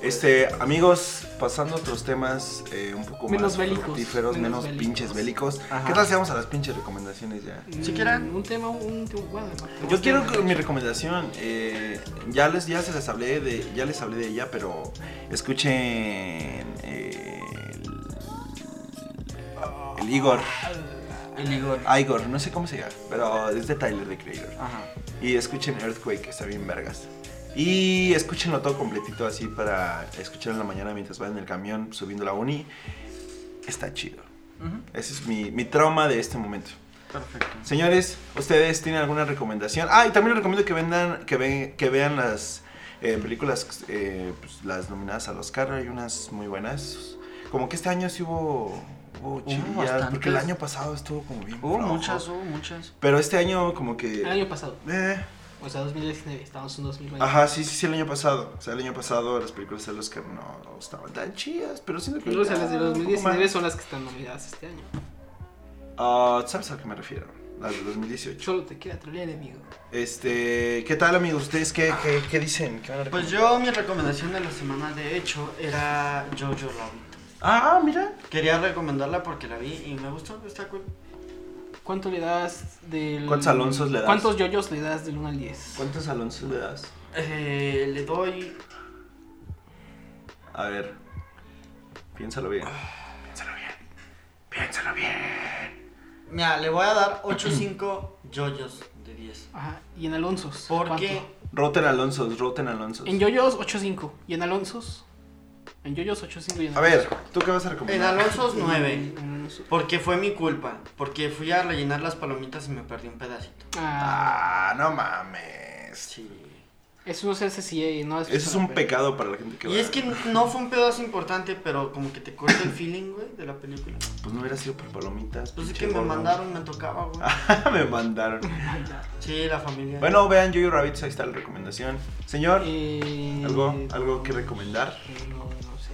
Speaker 4: Este, amigos, pasando a otros temas eh, un poco
Speaker 2: Menos
Speaker 4: más
Speaker 2: bélicos,
Speaker 4: fructíferos,
Speaker 2: menos
Speaker 4: menos,
Speaker 2: bélicos.
Speaker 4: pinches bélicos.
Speaker 3: Ajá.
Speaker 4: ¿Qué tal si vamos a las pinches recomendaciones ya?
Speaker 3: Si quieren.
Speaker 2: Mm, Un tema, un tema. Bueno,
Speaker 4: Yo quiero que- mi recomendación, eh, ya les ya se les hablé de ya les hablé de ella, pero escuchen eh, el, el Igor,
Speaker 3: El Igor.
Speaker 4: Igor, no sé cómo se llama, pero es de Tyler the Creator.
Speaker 3: Ajá.
Speaker 4: Y escuchen Earthquake, que está bien vergas. Y escúchenlo todo completito así para escuchar en la mañana mientras van en el camión subiendo la uni. Está chido. Ese es mi, mi trauma de este momento.
Speaker 3: Perfecto.
Speaker 4: Señores, ¿ustedes tienen alguna recomendación? Ah, y también les recomiendo que, vendan, que, ve- que vean las eh, películas, eh, pues, las nominadas al Oscar. Hay unas muy buenas. Como que este año sí hubo, hubo chillas, porque el
Speaker 3: bastantes.
Speaker 4: año pasado estuvo como bien
Speaker 3: Hubo
Speaker 4: flojo.
Speaker 3: muchas, hubo muchas.
Speaker 4: Pero este año como
Speaker 2: El
Speaker 4: que...
Speaker 2: año pasado,
Speaker 4: Eh,
Speaker 2: o sea, 2019, estamos en 2020.
Speaker 4: Ajá, sí, sí, sí, el año pasado. O sea, el año pasado las películas de los que no estaban tan chidas, pero siento que.
Speaker 2: Creo que las de
Speaker 4: un poco
Speaker 2: 2019
Speaker 4: más.
Speaker 2: son las que están nominadas este año.
Speaker 4: Ah, ¿Sabes a qué me refiero? Las de 2018.
Speaker 2: Solo te quiero traer, amigo.
Speaker 4: Este. ¿Qué tal, amigos? ¿Ustedes qué, qué, qué dicen? ¿Qué van a
Speaker 3: Pues
Speaker 4: recomendar?
Speaker 3: yo, mi recomendación de la semana, de hecho, era Jojo Rabbit.
Speaker 4: Ah, mira.
Speaker 3: Quería recomendarla porque la vi y me gustó, está cool.
Speaker 2: ¿Cuánto le das del.
Speaker 4: ¿Cuántos Alonsos le das?
Speaker 2: ¿Cuántos yoyos le das del 1 al 10?
Speaker 4: ¿Cuántos Alonso le das?
Speaker 3: Eh, le doy
Speaker 4: A ver. Piénsalo bien.
Speaker 1: Piénsalo bien. Piénsalo bien.
Speaker 3: Mira, le voy a dar 8.5 yoyos de 10.
Speaker 2: Ajá, y en Alonsos.
Speaker 3: Porque
Speaker 4: Roten Alonsos, roten Alonsos.
Speaker 2: ¿Cuánto? En yoyos, 8.5. ¿Y en Alonsos? En yoyos, 8.5. y en
Speaker 4: A ver, ¿tú qué vas a
Speaker 3: en
Speaker 4: recomendar?
Speaker 3: Alonso's 9.
Speaker 2: En Alonsos.
Speaker 3: Porque fue mi culpa. Porque fui a rellenar las palomitas y me perdí un pedacito.
Speaker 2: Ah,
Speaker 4: Ah, no mames. es.
Speaker 3: Sí.
Speaker 2: Eso es SCA, eh, no es.
Speaker 4: Eso es un
Speaker 2: [laughs]
Speaker 4: pecado para la gente que
Speaker 3: Y
Speaker 4: va-
Speaker 3: es que no fue un pedazo importante, pero como que te corta el feeling, güey, de la película.
Speaker 4: Pues no hubiera sido por palomitas.
Speaker 3: Pues es
Speaker 4: pinche
Speaker 3: que me
Speaker 4: gordo.
Speaker 3: mandaron, me tocaba, güey.
Speaker 4: [laughs] me mandaron.
Speaker 2: Ah,
Speaker 3: Sí, la familia.
Speaker 4: Ah. Bueno, vean Jojo Rabbit, ahí está la recomendación. Señor,
Speaker 2: Eh,
Speaker 4: ¿algo, algo que recomendar?
Speaker 2: No, no sé.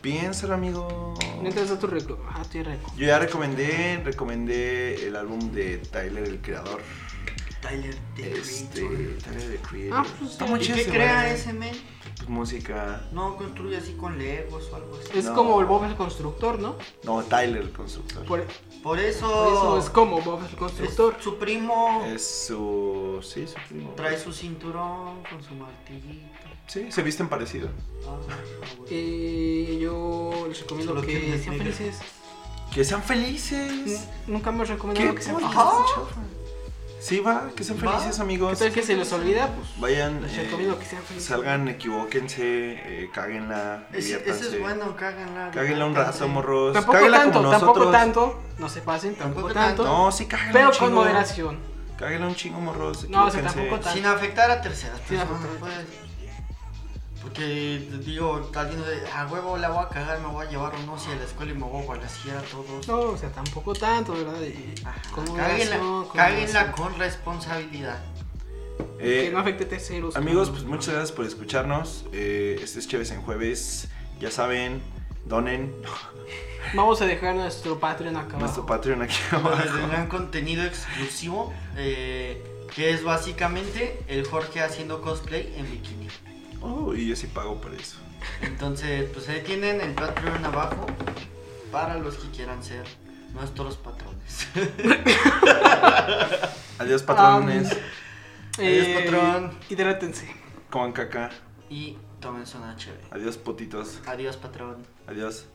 Speaker 4: Piénsalo, amigo.
Speaker 2: Mientras da tu reco. Ah, tu reco.
Speaker 4: Yo ya recomendé, recomendé el álbum de Tyler, el creador.
Speaker 3: Tyler The
Speaker 4: Este,
Speaker 3: Creator.
Speaker 4: Tyler, el creador.
Speaker 2: Ah, pues,
Speaker 4: está
Speaker 2: sí.
Speaker 4: muy
Speaker 3: ¿Y
Speaker 4: chido
Speaker 3: qué
Speaker 4: ese
Speaker 3: crea
Speaker 4: güey.
Speaker 3: ese men?
Speaker 4: Pues música.
Speaker 3: No construye así con legos o algo así.
Speaker 2: Es
Speaker 4: No.
Speaker 2: como el Bob el constructor, ¿no?
Speaker 4: No, Tyler, el constructor.
Speaker 2: Por,
Speaker 3: Por eso.
Speaker 2: por
Speaker 4: Oh.
Speaker 2: eso es como Bob el constructor.
Speaker 3: es- Su primo
Speaker 4: Es su. Sí, su primo.
Speaker 3: trae su cinturón con su martillito.
Speaker 4: Sí, se visten parecido.
Speaker 3: Ah, ah, güey.
Speaker 2: Eh, yo les recomiendo
Speaker 3: Solo
Speaker 2: que
Speaker 3: tienes
Speaker 2: sean
Speaker 3: negro.
Speaker 2: felices.
Speaker 4: Que sean felices.
Speaker 2: N- Nunca me recomendado
Speaker 4: ¿Qué?
Speaker 2: Mm. que sean
Speaker 4: ¿Cómo
Speaker 2: felices.
Speaker 4: dices, chafa? Sí, va, que sean
Speaker 3: Va.
Speaker 4: felices,
Speaker 2: ¿Qué
Speaker 4: amigos.
Speaker 2: tal que se les olvida? Pues
Speaker 4: Vayan.
Speaker 2: les
Speaker 4: eh,
Speaker 2: recomiendo que sean felices.
Speaker 4: Salgan, equivóquense, eh, cáguenla,
Speaker 3: Ese, ese
Speaker 4: diviértanse.
Speaker 3: es bueno, cáganla.
Speaker 4: Cáguenla un rato, morros.
Speaker 2: Tampoco
Speaker 4: cáguenla
Speaker 2: tanto,
Speaker 4: como nosotros.
Speaker 2: tampoco tanto. No se pasen, tampoco,
Speaker 3: Tampoco
Speaker 2: tanto.
Speaker 3: tanto.
Speaker 4: No, sí, cáguenla
Speaker 2: Pero
Speaker 4: un
Speaker 2: con
Speaker 4: chingo.
Speaker 2: moderación.
Speaker 4: Cáguenla un chingo, morros.
Speaker 2: No, o sea,
Speaker 4: equivóquense.
Speaker 2: tampoco tanto.
Speaker 3: Sin afectar a terceras
Speaker 2: Sin
Speaker 3: personas,
Speaker 2: afectar.
Speaker 3: pues. Porque digo, alguien de a huevo la voy a cagar, me voy a llevar un ocio a la escuela y me voy a gualasear a todos.
Speaker 2: No, o sea, tampoco tanto, ¿verdad? Y-
Speaker 3: Ajá,
Speaker 2: con
Speaker 3: Cáguenla,
Speaker 2: moderación, con
Speaker 3: cáguenla
Speaker 2: moderación.
Speaker 3: con responsabilidad.
Speaker 4: Eh,
Speaker 2: que no afecte a terceros.
Speaker 4: Amigos, pues muchas gracias por escucharnos. Eh, este es Chévez en Jueves. Ya saben, donen
Speaker 2: Vamos a dejar nuestro Patreon acá
Speaker 4: nuestro
Speaker 2: abajo.
Speaker 4: Patreon aquí
Speaker 3: Donde
Speaker 4: abajo.
Speaker 3: tendrán contenido exclusivo, eh, que es básicamente el Jorge haciendo cosplay en bikini.
Speaker 4: Oh, y yo sí pago por eso.
Speaker 3: Entonces, pues ahí tienen el Patreon abajo para los que quieran ser nuestros patrones. [laughs]
Speaker 4: Adiós, patrones.
Speaker 3: Adiós,
Speaker 2: Eh,
Speaker 3: patrón.
Speaker 2: Hidrátense.
Speaker 4: Coman caca.
Speaker 3: y tomen una chévere.
Speaker 4: Adiós, potitos.
Speaker 3: Adiós, patrón.
Speaker 4: Adiós.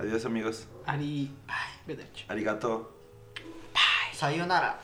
Speaker 4: Adiós, amigos.
Speaker 2: Ari. Vete.
Speaker 4: Arigato.
Speaker 3: Sayonara.